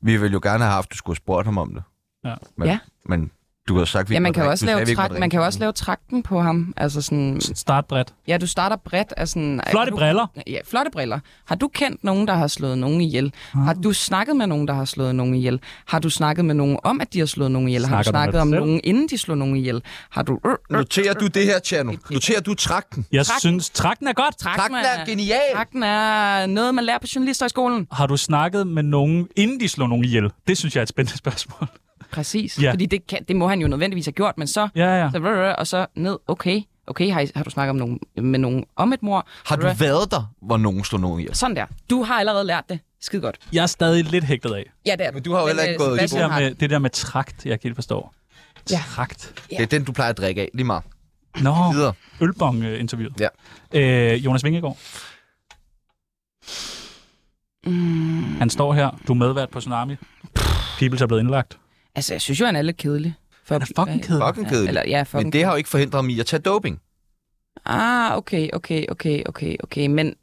A: Vi ville jo gerne have haft, at du skulle have spurgt ham om det.
C: Ja.
A: Men,
D: Ja.
A: men du har sagt, vi
D: Ja, man
A: måtte
D: kan, jo
A: ringe.
D: også
A: Du sagde,
D: lave
A: vi ikke
D: trak,
A: måtte
D: man kan jo
A: ringe.
D: også lave trakten på ham. Altså sådan,
C: Start bredt.
D: ja, du starter bredt af sådan...
C: Flotte
D: har du,
C: briller.
D: Ja, flotte briller. Har du kendt nogen, der har slået nogen ihjel?
C: Ah.
D: Har du snakket med nogen, der har slået nogen ihjel? Har du snakket med nogen om, at de har slået nogen ihjel? har du
C: Snakker du med
D: snakket
C: dig
D: om
C: selv?
D: nogen, inden de slog nogen ihjel? Har du... Øh,
A: Noterer du det her, Tjerno? Noterer du trakten?
C: Jeg
D: Trakten.
C: synes, trakten er godt.
A: Trakten er genial!
D: Trakten er noget, man lærer på journalisterhøjskolen.
C: Har du snakket med nogen, inden de slog nogen ihjel? Det synes jeg er et spændende spørgsmål.
D: Præcis.
C: Ja.
D: Fordi det, kan, det må han jo nødvendigvis have gjort, men så...
C: Ja, ja.
D: Så, og så ned, okay, okay, har, I, har du snakket om nogen, med nogen om et mor?
A: Har du været der, hvor nogen slog nogen ihjel?
D: Sådan der. Du har allerede lært det. Skide godt.
C: Jeg er stadig lidt hægtet af.
D: Ja, det er
A: Men du har jo heller ikke
D: øh,
A: gået i
C: Det
D: Sebastian
C: der
D: har-
C: med, det der med trakt, jeg ikke helt forstår.
D: Ja.
C: Trakt.
A: Det er den, du plejer at drikke af. Lige meget.
C: Nå,
A: Videre.
C: ølbong-interviewet.
A: Ja.
C: Øh, Jonas Vingegaard.
D: Mm.
C: Han står her. Du er medvært på Tsunami. Peoples er blevet indlagt.
D: Altså, jeg synes jo, han er lidt kedelig. For,
C: Han er fucking kedelig.
A: Fucking kedeligt.
D: Eller, ja, fucking
A: Men det har jo ikke forhindret mig i at tage doping.
D: Ah, okay, okay, okay, okay, okay. Men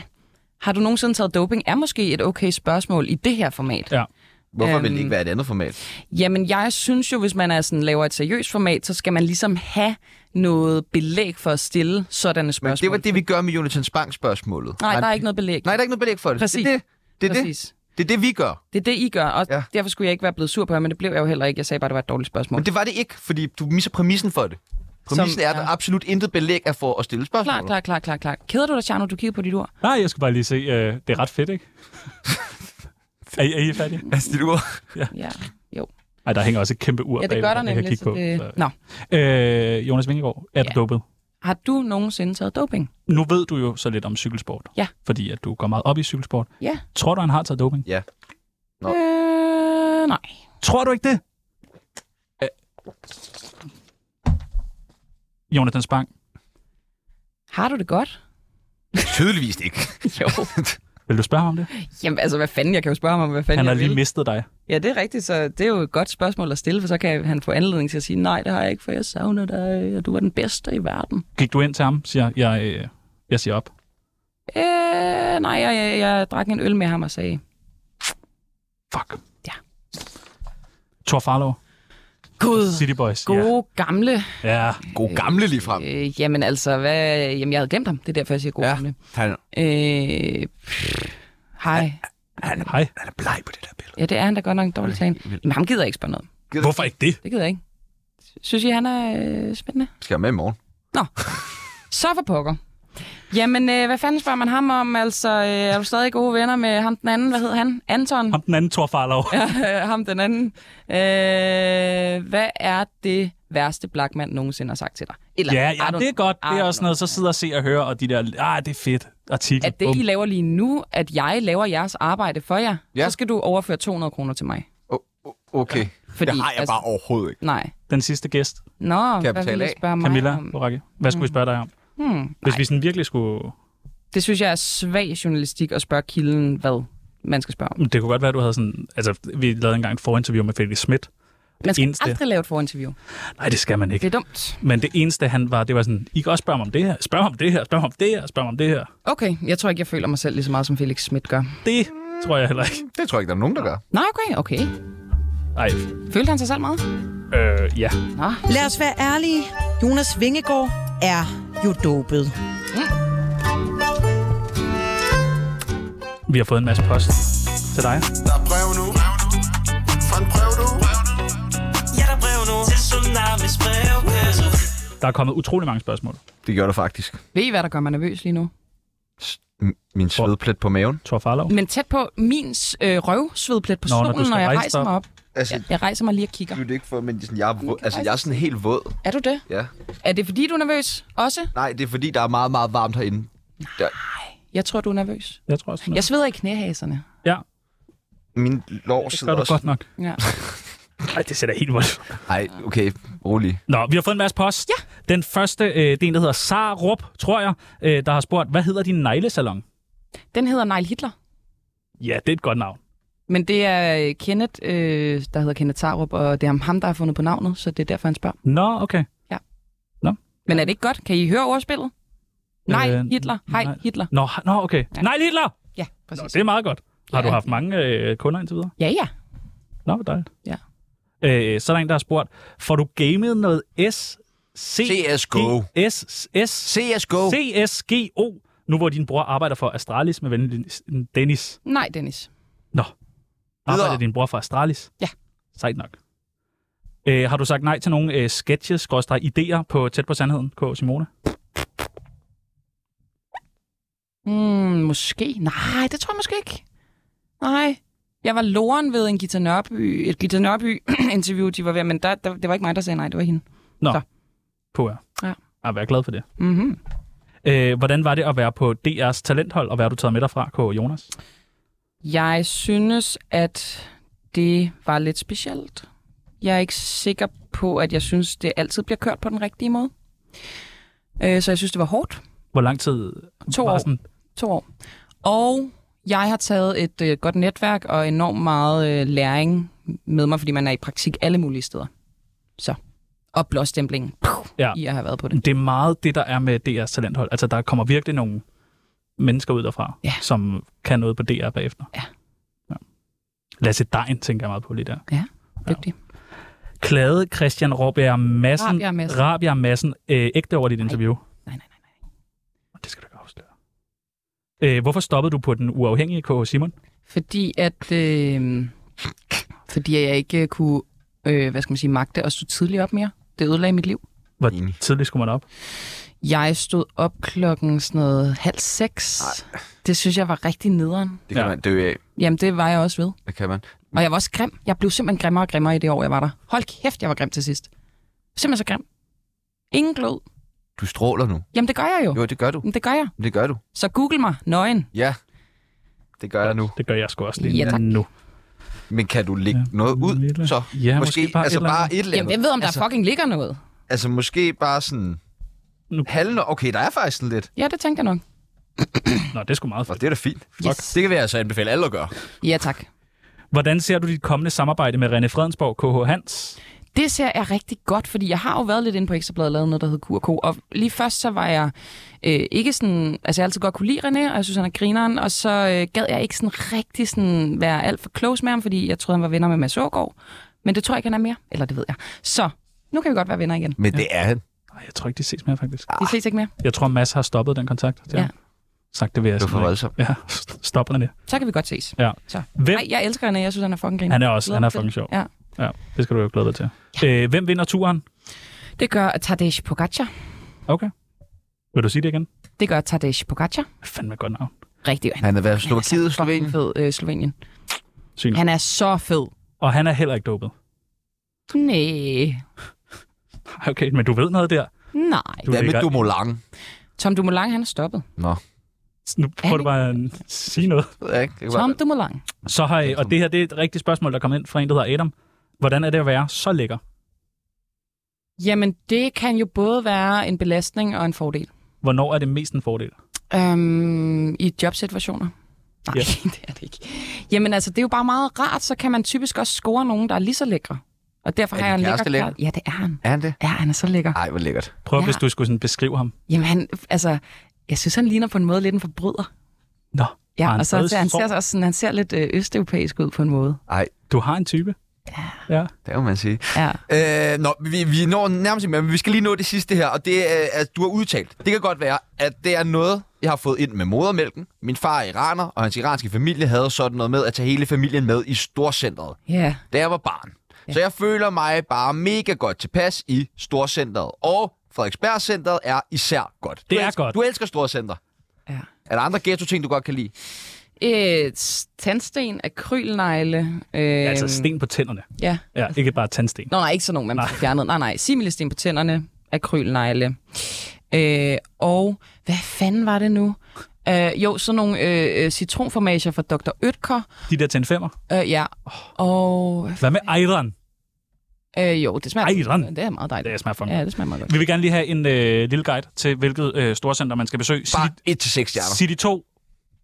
D: har du nogensinde taget doping? Er måske et okay spørgsmål i det her format.
C: Ja.
A: Hvorfor vil det
D: Øhm.
A: ikke være et andet format?
D: Jamen, jeg synes jo, hvis man er sådan, laver et seriøst format, så skal man ligesom have noget belæg for at stille sådanne
A: Men
D: spørgsmål.
A: det var det, vi gør med Jonathan Spang-spørgsmålet.
D: Nej, der er ikke noget belæg.
A: Nej, der er ikke noget belæg for det.
D: Præcis.
A: Det er det, det, er det.
D: Præcis.
A: det, er det vi gør.
D: Det er det, I gør, og
A: Ja.
D: ja. derfor skulle jeg ikke være blevet sur på jer, men det blev jeg jo heller ikke. Jeg sagde bare, at det var et dårligt spørgsmål.
A: Men det var det ikke, fordi du misser præmissen for det. Præmissen Som,
D: Som-
A: er, at der
D: ja.
A: absolut intet belæg er for at stille spørgsmål.
D: Klar, klar, klar, klar, klar. Keder du dig, Tjerno, du kigger på dit ord?
C: Nej, jeg skulle bare lige se. Øh, det er ret fedt, ikke? er, I, er I fattige?
A: Altså, det ur.
D: Ja, jo.
C: Nej, der hænger også et kæmpe ur
D: Ja,
C: bagved,
D: det gør der
C: jeg kan
D: nemlig.
C: kigge
D: Så
C: på.
D: det... Nå,
C: Øh, Jonas Vingegaard, er du
D: Ja.
C: dopet?
D: har du nogensinde taget doping?
C: Nu ved du jo så lidt om cykelsport.
D: Ja.
C: Fordi at du går meget op i cykelsport.
D: Ja.
C: Tror du, han har taget doping?
A: Nå.
D: Øh, nej.
C: Tror du ikke det? Øh. Jonathan Spang,
D: Har du det godt?
A: Tydeligvis ikke.
D: Jo.
C: vil du spørge ham om det?
D: Jamen, altså, hvad fanden? Jeg kan jo spørge ham om, hvad fanden
C: Han har
D: jeg
C: lige
D: vil.
C: mistet dig.
D: Ja, det er rigtigt, så det er jo et godt spørgsmål at stille, for så kan han få anledning til at sige, nej, det har jeg ikke, for jeg savner dig, og du var den bedste i verden.
C: Gik du ind til ham, siger jeg, øh, jeg siger op.
D: Øh, nej, jeg, jeg, jeg drak en øl med ham og sagde,
C: Fuck.
D: Ja.
C: Thor Farlow,
D: Gud,
C: City Boys.
D: gode gamle
C: Ja. ja.
A: God gamle lige frem.
D: Øh, jamen altså, hvad, jamen, jeg havde glemt ham. Det er derfor, jeg siger god
A: Ja.
D: ja. gamle.
A: Han,
D: Øh, pff, hej.
C: Hej.
A: han er bleg på det der billede.
D: Ja, det er han da godt nok en dårlig tale. Men ham gider jeg ikke spørge noget. om.
C: Hvorfor ikke det?
D: Det gider jeg ikke. Synes I, han er øh, spændende?
A: Skal jeg med i morgen?
D: Så for pokker. Jamen, øh, hvad fanden spørger man ham om? Altså, øh, er du stadig gode venner med ham den anden? Hvad hed han? Anton?
C: Ham den anden Thor Farlow.
D: Øh, ham den anden. Øh, hvad er det værste Blackman nogensinde har sagt til dig? Eller,
C: Ja,
D: I
C: ja
D: don't-
C: det er godt.
D: I
C: Det er
D: don't
C: også
D: know.
C: noget, så sidder og se og høre, og de der, ah, det er fedt, artikel.
D: At det, I laver lige nu, at jeg laver jeres arbejde for jer,
A: Ja.
D: ja. så skal du overføre 200 kroner til mig.
A: Okay.
D: Fordi,
A: det har jeg
D: altså-
A: bare overhovedet ikke.
D: Nej.
C: Den sidste gæst,
D: Nå,
A: jeg
D: hvad vil
A: betale
D: I
A: af?
D: spørge mig
C: Camilla
D: om?
C: Boracchi. Hvad skulle vi spørge dig om?
D: Mm. Hmm,
C: Hvis vi sådan virkelig skulle...
D: det synes jeg er svag journalistik at spørge kilden, hvad man skal spørge om.
C: Det kunne godt være, at du havde sådan... Altså, vi lavede engang et forinterview med Felix Schmidt.
D: Man skal
C: eneste-
D: aldrig lave et forinterview.
C: Nej, det skal man
D: Det
C: ikke.
D: er dumt.
C: Men det eneste, han var, det var sådan, I kan også spørge mig om det her, spørg mig om det her, spørg mig om det her, spørg mig om det her.
D: Okay, jeg tror ikke, jeg føler mig selv lige så meget, som Felix Schmidt gør.
C: Det tror jeg heller ikke.
A: Det tror jeg ikke, der er nogen, der gør.
D: Nej, okay, okay.
C: Nej,
D: Følte han sig selv meget?
C: øh, ja.
D: Nå,
I: Lad os være ærlige. Jonas Vingegaard er jo dopet.
C: Vi har fået en masse post til dig.
G: Der er brev nu Fra en brev nu
F: Ja, der er brev nu til Tsunamis brevkasse.
C: Der er kommet utrolig mange spørgsmål.
A: Det gjorde der faktisk.
D: ved I, hvad der gør mig nervøs lige nu?
A: M- Min svedplet på maven.
C: Thor Farlov.
D: Men tæt på min øh, røvsvedplet på
C: Nå, når
D: stolen,
C: du
D: når,
C: skal
D: jeg
C: rejse
D: rejser
C: dig
D: mig op.
A: Altså,
D: Jeg, jeg rejser mig lige og kigger.
A: du er det ikke for, men sådan, jeg, er våd,
D: kan
A: altså, jeg er sådan helt våd.
D: Er du det?
A: Ja.
D: Er det, fordi du er nervøs også?
A: Nej, det er fordi, der er meget, meget varmt herinde. Der,
D: Jeg tror, du er nervøs.
C: Jeg tror også,
D: Jeg sveder i knæhaserne.
C: Ja,
A: min lår
C: det
A: sidder
C: gør du
A: også.
C: godt nok.
D: Ja.
C: Nej, det sætter helt voldsomt.
A: Nej, okay, rolig.
C: Nå, vi har fået en masse post. Ja. Den første, øh, det er en, der hedder Sarup, tror jeg, øh, der har spurgt, hvad hedder din neglesalon?
D: Den hedder Neil Hitler.
C: Ja, det er et godt navn.
D: Men det er øh, Kenneth, øh, der hedder Kenneth Tarup, og det er ham- ham, der har fundet på navnet, så det er derfor, han spørger.
C: Nå, okay.
D: Men er det ikke godt? Kan I høre ordspillet? Nej,
C: Øh,
D: Hitler. Hej,
C: nej.
D: Hitler.
C: Nå, ha- nå okay.
D: Ja.
C: Ja. Nej, Hitler!
D: Ja,
C: Nå,
D: præcis.
C: det er meget godt. Har
D: Ja.
C: du haft mange øh, kunder indtil videre?
D: Ja, ja.
C: Nå, hvor dejligt.
D: Ja.
C: Øh, så er der en, der har spurgt, får du gamet noget S, C,
A: CSGO.
C: G, S, S,
A: CSGO.
C: CSGO, nu hvor din bror arbejder for Astralis med vennen Dennis.
D: Nej, Dennis.
C: Nå, arbejder
A: Videre.
C: din bror for Astralis?
D: Ja.
C: Sejt nok. Øh, har du sagt nej til nogle øh, sketches, skråstreg, idéer på Tæt på Sandheden, K. Simone?
D: Mm, måske. Nej, det tror jeg måske ikke. Nej. Jeg var loren ved en Gita Nørby, et Gita Nørby interview, de var ved, men der, der, det var ikke mig, der sagde nej, det var hende.
C: På jer.
D: Ja.
C: Jeg er glad for det.
D: Mm-hmm.
C: Øh, hvordan var det at være på DR's talenthold, og hvad har du taget med dig fra, K. Jonas?
D: Jeg synes, at det var lidt specielt. Jeg er ikke sikker på, at jeg synes, det altid bliver kørt på den rigtige måde. Øh, Så jeg synes, det var hårdt.
C: Hvor lang tid
D: To
C: var
D: år.
C: sådan?
D: To år. Og jeg har taget et øh, godt netværk og enormt meget øh, læring med mig, fordi man er i praktik alle mulige steder. Så. Og blåstemplingen. Puh,
C: Ja.
D: ja. I at have været på det.
C: Det er meget det, der er med DR's talenthold. Altså, der kommer virkelig nogle mennesker ud derfra,
D: Ja.
C: som kan noget på DR bagefter.
D: Ja.
C: ja. Lasse Dein tænker jeg meget på lige der.
D: Dygtig.
C: Klade Christian Råbjerg Madsen.
D: Rabjerg Madsen.
C: Rabjerg Madsen. Øh, ægte over dit interview.
D: Nej, nej, nej. nej.
C: Det skal du ikke afsløre. Øh, hvorfor stoppede du på den uafhængige KH Simon?
D: Fordi at... Øh, fordi jeg ikke øh, kunne, øh, hvad skal man sige, magte at stå tidligt op mere. Det ødelagde mit liv.
C: Hvor
A: Enig.
C: tidligt skulle man op?
D: Jeg stod op klokken sådan noget halv seks. Det synes jeg var rigtig nederen.
A: Det kan
C: Ja.
A: man dø af.
D: Jamen, det var jeg også ved.
A: Det kan man.
D: Og jeg var også grim. Jeg blev simpelthen grimmere og grimmere i det år, jeg var der. Hold kæft, jeg var grim til sidst. Simpelthen så grim. Ingen glød.
A: Du stråler nu.
D: Jamen, det gør jeg jo.
A: Jo, det gør du.
D: Jamen, det gør jeg.
A: Det gør du.
D: Så google mig. Nøgen.
A: Ja. Det gør jeg nu.
C: Det gør jeg sgu også lige
D: Ja, tak.
C: nu.
A: Men kan du lægge
C: Ja,
A: noget ud,
C: lidt.
A: så?
C: Ja, måske bare et
A: altså
C: eller
A: bare
C: andet.
A: et eller
D: Jamen,
A: andet.
D: jeg ved, om der
A: altså,
D: fucking ligger noget.
A: Altså, måske bare sådan...
C: Nu-
A: Halv... Okay, der er faktisk sådan lidt.
D: Ja, det tænkte jeg nok.
C: Nå, det er sgu meget
A: Og
C: fedt.
A: det er da fint.
D: Yes.
A: Det kan vi altså anbefale alle at gøre.
D: Ja, tak.
C: Hvordan ser du dit kommende samarbejde med René Fredensborg, KH Hans?
D: Det ser jeg rigtig godt, fordi jeg har jo været lidt inde på Ekstrabladet og lavet noget, der hedder Q&K. Og lige først så var jeg øh, ikke sådan... Altså, jeg har altid godt kunne lide René, og jeg synes, han er grineren. Og så øh, gad jeg ikke sådan rigtig sådan være alt for close med ham, fordi jeg troede, han var venner med Mads Aagaard. Men det tror jeg ikke, han er mere. Eller det ved jeg. Så nu kan vi godt være venner igen.
A: Men det er han.
C: Nej, jeg tror ikke, de ses mere, faktisk.
D: Vi ses ikke mere.
C: Jeg tror, Mads har stoppet den kontakt. til
D: Ja.
C: ham. Sagt det ved jeg.
A: Det var for voldsomt.
C: Ja, st- stop René.
D: Så kan vi godt ses.
C: Ja.
D: Så.
C: Hvem,
D: Nej, jeg elsker René. Jeg synes, han er fucking griner.
C: han er også,
D: Glæder
C: han er
D: mig til
C: fucking sjov.
D: Ja.
C: Ja, det skal du jo glæde dig til. Øh, hvem vinder turen?
D: Det gør Tadej Pogacar.
C: Okay. Vil du sige det igen?
D: Det gør Tadej Pogacar.
C: Fandme godt navn.
D: Rigtig.
A: Han har været
D: er så
A: Slovakiet i
D: fucking
A: Slovenien.
D: fed, øh, Slovenien.
C: Sygt.
D: Han er så fed.
C: Og han er heller ikke dopet.
D: Nej.
C: Okay, men du ved noget der.
D: Nej.
C: Du
A: Hvad med
C: ligger-
A: Dumoulin?
D: Tom Dumoulin, han er stoppet.
A: Nå,
C: Nu prøver
D: han
C: du bare at sige noget.
A: det ved jeg ikke. Det kan
D: Tom
A: være-
D: Dumoulin.
C: Så har jeg, og det her det er et rigtigt spørgsmål, der kom ind fra en, der hedder Adam. Hvordan er det at være så lækker?
D: Jamen, det kan jo både være en belastning og en fordel.
C: Hvornår er det mest en fordel?
D: Øhm, I jobsituationer? Nej,
C: Ja.
D: det er det ikke. Jamen altså, det er jo bare meget rart, så kan man typisk også score nogen, der er lige så lækre. Og derfor
A: Er
D: har
A: din
D: jeg en lækker
A: kæreste lækker?
D: klar- Ja, det er han.
A: Er han det?
D: Ja, han er så lækker.
A: Ej, hvor lækkert.
C: Prøv,
D: Ja.
C: ja. hvis du skulle sådan beskrive ham.
D: Jamen, han, altså, jeg synes, han ligner på en måde lidt en forbryder.
C: Nå, har
D: Ja,
C: han
D: og så
C: fået
D: ser han,
C: sår?
D: ser sig også sådan, han ser lidt øh, østeuropæisk ud på en måde.
C: Du har en type. Ja.
A: Det må man sige.
D: Ja.
A: Øh, nå, vi, vi når nærmest, men vi skal lige nå det sidste her, og det er, at du har udtalt. Det kan godt være, at det er noget, jeg har fået ind med modermælken. Min far er iraner, og hans iranske familie havde sådan noget med at tage hele familien med i storcentret,
D: Ja.
A: da jeg var barn. Så jeg føler mig bare mega godt tilpas i storcentret, og Frederiksbergcentret er især godt. Du
C: Det er
A: elsker,
C: godt.
A: Du elsker storcenter.
D: ja.
A: Er der andre ghetto-ting, du godt kan lide?
D: Øh, tandsten, akrylnegle. Øh,
C: Øhm. Altså sten på tænderne.
D: Ja.
C: Ja, ikke bare tandsten.
D: Nå, nej, ikke sådan nogen, man
C: Nej.
D: får fjernet. Nej, nej. Similesten på tænderne, akrylnegle. Øh, og hvad fanden var det nu? Øh, jo, sådan nogle øh, øh, citronformager fra Dr. Øtker.
C: De der til en femmer.
D: Øh, ja. Og
C: Hvad med Iron?
D: øh, jo, det smager...
C: Ej, sådan.
D: Det er meget dejligt.
C: Det smager for
D: Ja, det smager meget godt.
C: Vi vil gerne lige have en øh, lille guide til, hvilket øh, storcenter man skal besøge.
A: Bare
C: City,
A: 1-6 stjerner.
C: City 2?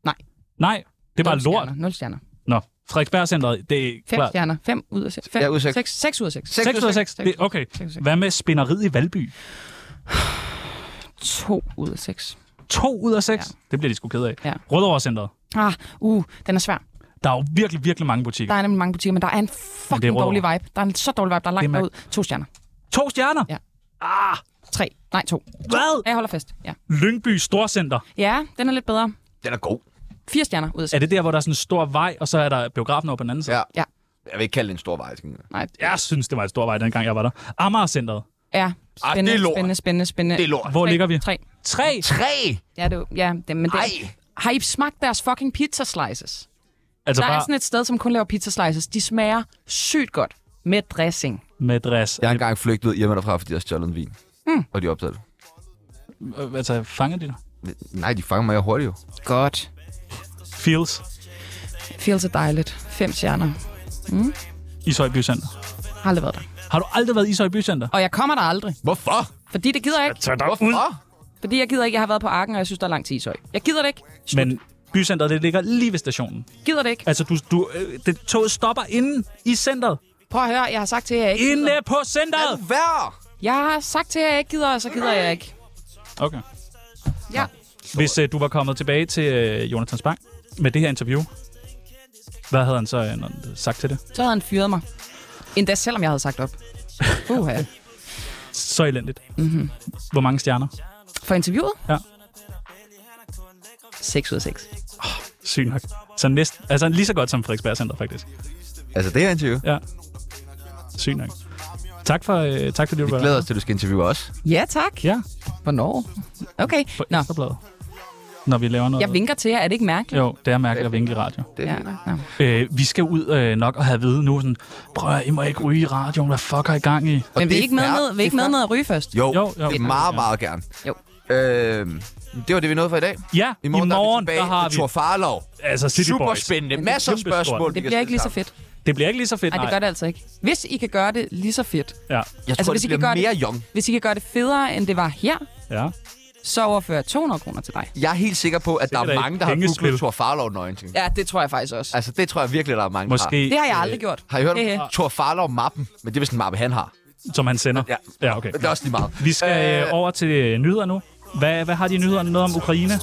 D: Nej.
C: Nej, det var
D: Nul
C: lort.
D: Stjerner, nul stjerner.
C: Nå, Frederiksbergcenteret, det er
D: Fem
C: klart.
D: stjerner. Fem ud af seks. Fem,
A: Ja, ud af seks.
D: seks. Seks ud af seks.
C: 6 ud af 6.
D: Seks ud af
C: Det, okay.
D: Seks ud af seks.
C: Hvad med spænderiet i Valby?
D: To ud af seks.
C: 2 ud af 6?
D: Ja.
C: Det bliver de sgu ked af.
D: Ja.
C: Rødovrecenteret.
D: Ah, uh, den er svær.
C: Der er jo virkelig, virkelig mange butikker.
D: Der er nemlig mange butikker, men der er en
C: det er
D: fucking
C: Rødovre.
D: dårlig vibe. Der er en så dårlig vibe, der er
C: Det
D: langt
C: er mærk-
D: derud. To stjerner.
C: To stjerner?
D: Ja.
C: Ah,
D: Tre. Nej, to.
C: hvad?
D: Ja, Jeg holder fast. Ja.
C: Lyngby Storcenter.
D: ja, den er lidt bedre.
A: Den er god.
D: Fire stjerner ud af
C: Er
D: seks.
C: det der, hvor der er sådan en stor vej, og så er der biografen over på den anden side?
A: Ja.
D: Ja.
A: Jeg vil ikke kalde det en stor vej. skal jeg.
D: Nej,
C: Jeg synes, det var en stor vej, dengang jeg var der. Amagercenteret.
D: ja.
A: Ah,
D: Spændende,
A: det er lort.
D: spændende, spændende, spændende.
A: Det er lort.
C: Hvor
D: Tre,
C: ligger vi?
D: Tre.
C: 3.
A: Tre!
D: Ja, det, er jo- ja, det, men det,
A: Ej.
D: har I smagt deres fucking pizza slices?
C: Altså
D: Der er
C: bare
D: sådan et sted, som kun laver pizza slices. De smager sygt godt med dressing.
C: med dress.
A: Jeg har engang flygtet hjemme derfra, fordi jeg har stjålet en vin. Mm. Og de opdagede det.
C: Øh, Altså, fanger de dig?
A: Nej, de fanger mig jo hurtigt jo.
D: Godt.
C: Feels.
D: Feels så dejligt. Fem stjerner.
C: Ishøj Bycenter.
D: Har aldrig været der.
C: Har du aldrig været i Ishøj Bycenter?
D: Og jeg kommer der aldrig.
A: Hvorfor?
D: Fordi det gider jeg ikke.
C: Så der
A: Hvorfor?
D: Fordi jeg gider ikke. Jeg har været på Arken, og jeg synes, der er langt til Ishøj. Jeg gider det ikke. Slut.
C: Men bycenteret, det ligger lige ved stationen.
D: Gider det ikke.
C: Altså, du, du, øh, det, toget stopper inde i centret.
D: Prøv at høre, jeg har sagt til jer, jeg ikke
C: Inde
D: gider.
C: på centret!
A: Hvad?
D: Jeg har sagt til jer, jeg ikke gider, og så gider jeg ikke.
C: Okay.
D: Ja.
C: Hvis øh, du var kommet tilbage til øh, Jonathan Spang med det her interview, hvad havde han så øh, når- sagt til det?
D: Så havde han fyret mig. Endda selvom jeg havde sagt op. Uha.
C: Så elendigt. Mm-hmm.
A: Mhm.
C: Hvor mange stjerner?
D: For interviewet?
C: Ja.
D: 6 ud af 6.
C: Sygt nok. Så næsten, altså lige så godt som Frederiksberg Center, faktisk.
A: Altså, det er interview.
C: Ja. Sygt nok. Tak for, øh, tak for det, du
A: Vi
C: var.
A: glæder os til, at du skal interviewe os.
D: Ja, tak.
C: Ja,
D: Hvornår? Okay.
C: på
D: Nå,
C: Ekstrabladet. Når vi laver noget.
D: jeg vinker til jer. Er det ikke mærkeligt?
C: Jo, det er mærkeligt at vinke i radio.
A: Det
D: Ja,
A: er ja.
D: nå.
C: Øh, vi skal ud øh, nok og have at vide nu, sådan, prøv at, I må ikke ryge i radioen, hvad fuck har I gang i?
D: Men vi
A: det
D: er
A: er
D: ikke med,
A: fair.
D: ned, vi er ikke med ned at ryge først.
A: Jo,
C: Jo,
A: jo,
C: jo.
A: jo. det er meget, meget gerne.
D: Jo.
A: Øhm, det var det, vi nåede for i dag.
C: Ja, i morgen,
A: der, er vi
C: morgen der,
A: tilbage
C: har
A: med Thor
C: vi
A: Farlov.
C: altså City
A: Super
C: Boys.
A: spændende.
D: Men det er
A: Masser af
C: kæmpe
A: spørgsmål. vi
C: stort.
D: Det
A: kan
D: bliver ikke
A: stille
D: lige så
A: sammen.
D: fedt.
C: Det bliver ikke lige så fedt,
D: Nej, det gør det altså ikke. Hvis I kan gøre det lige så fedt,
C: Ja,
A: Jeg
D: Altså,
A: tror,
D: hvis I
A: det
D: kan
A: bliver
D: gøre det-
A: mere young.
D: hvis I kan gøre det federe, end det var her,
C: ja.
D: så overfører jeg 200 kroner til dig.
A: Jeg er helt sikker på, at der
C: Sikkert
A: er
C: ikke.
A: mange, der har
C: Pengespil.
A: googlet Thor Farlov nøgen ting.
D: Ja, det tror jeg faktisk også.
A: Altså, det tror jeg virkelig, der er mange,
C: Måske,
A: der
D: Ah. Det har jeg aldrig gjort.
A: Øh,
D: Øh,
A: har. Har I hørt
D: Hehe.
A: om Thor Farlov-mappen? Men det er vist en mappe, han har.
C: øh, som han sender.
A: Ja.
C: ja okay.
A: Men det er også lige meget.
C: Vi skal øh, over til øh, nyheder nu. Hvad, hvad har de i nyhederne? Noget om Ukraine?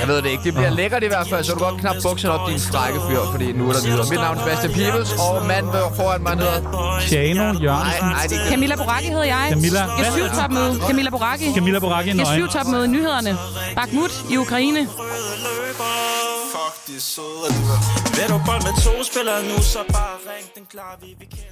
A: Jeg ved det ikke. Det bliver lækkert i hvert fald, så du godt knap bukserne op din strække fyr, fordi nu er der nyheder. Mit navn er Sebastian Peebles, og manden foran mig hedder...
C: Tjano,
A: Nej,
C: Jørgensen,
A: nej, det er
D: Camilla Boracchi hedder jeg.
C: Camilla.
D: Jeg syv topmøde. Camilla Boracchi.
C: Camilla Boracchi,
D: Jeg
C: nøgen.
D: syv topmøde i nyhederne. Bakhmut i Ukraine.
G: Fuck, det er søde alligevel.
F: Vil du bold med to spillere nu, så bare ring den klar, vi vi kender.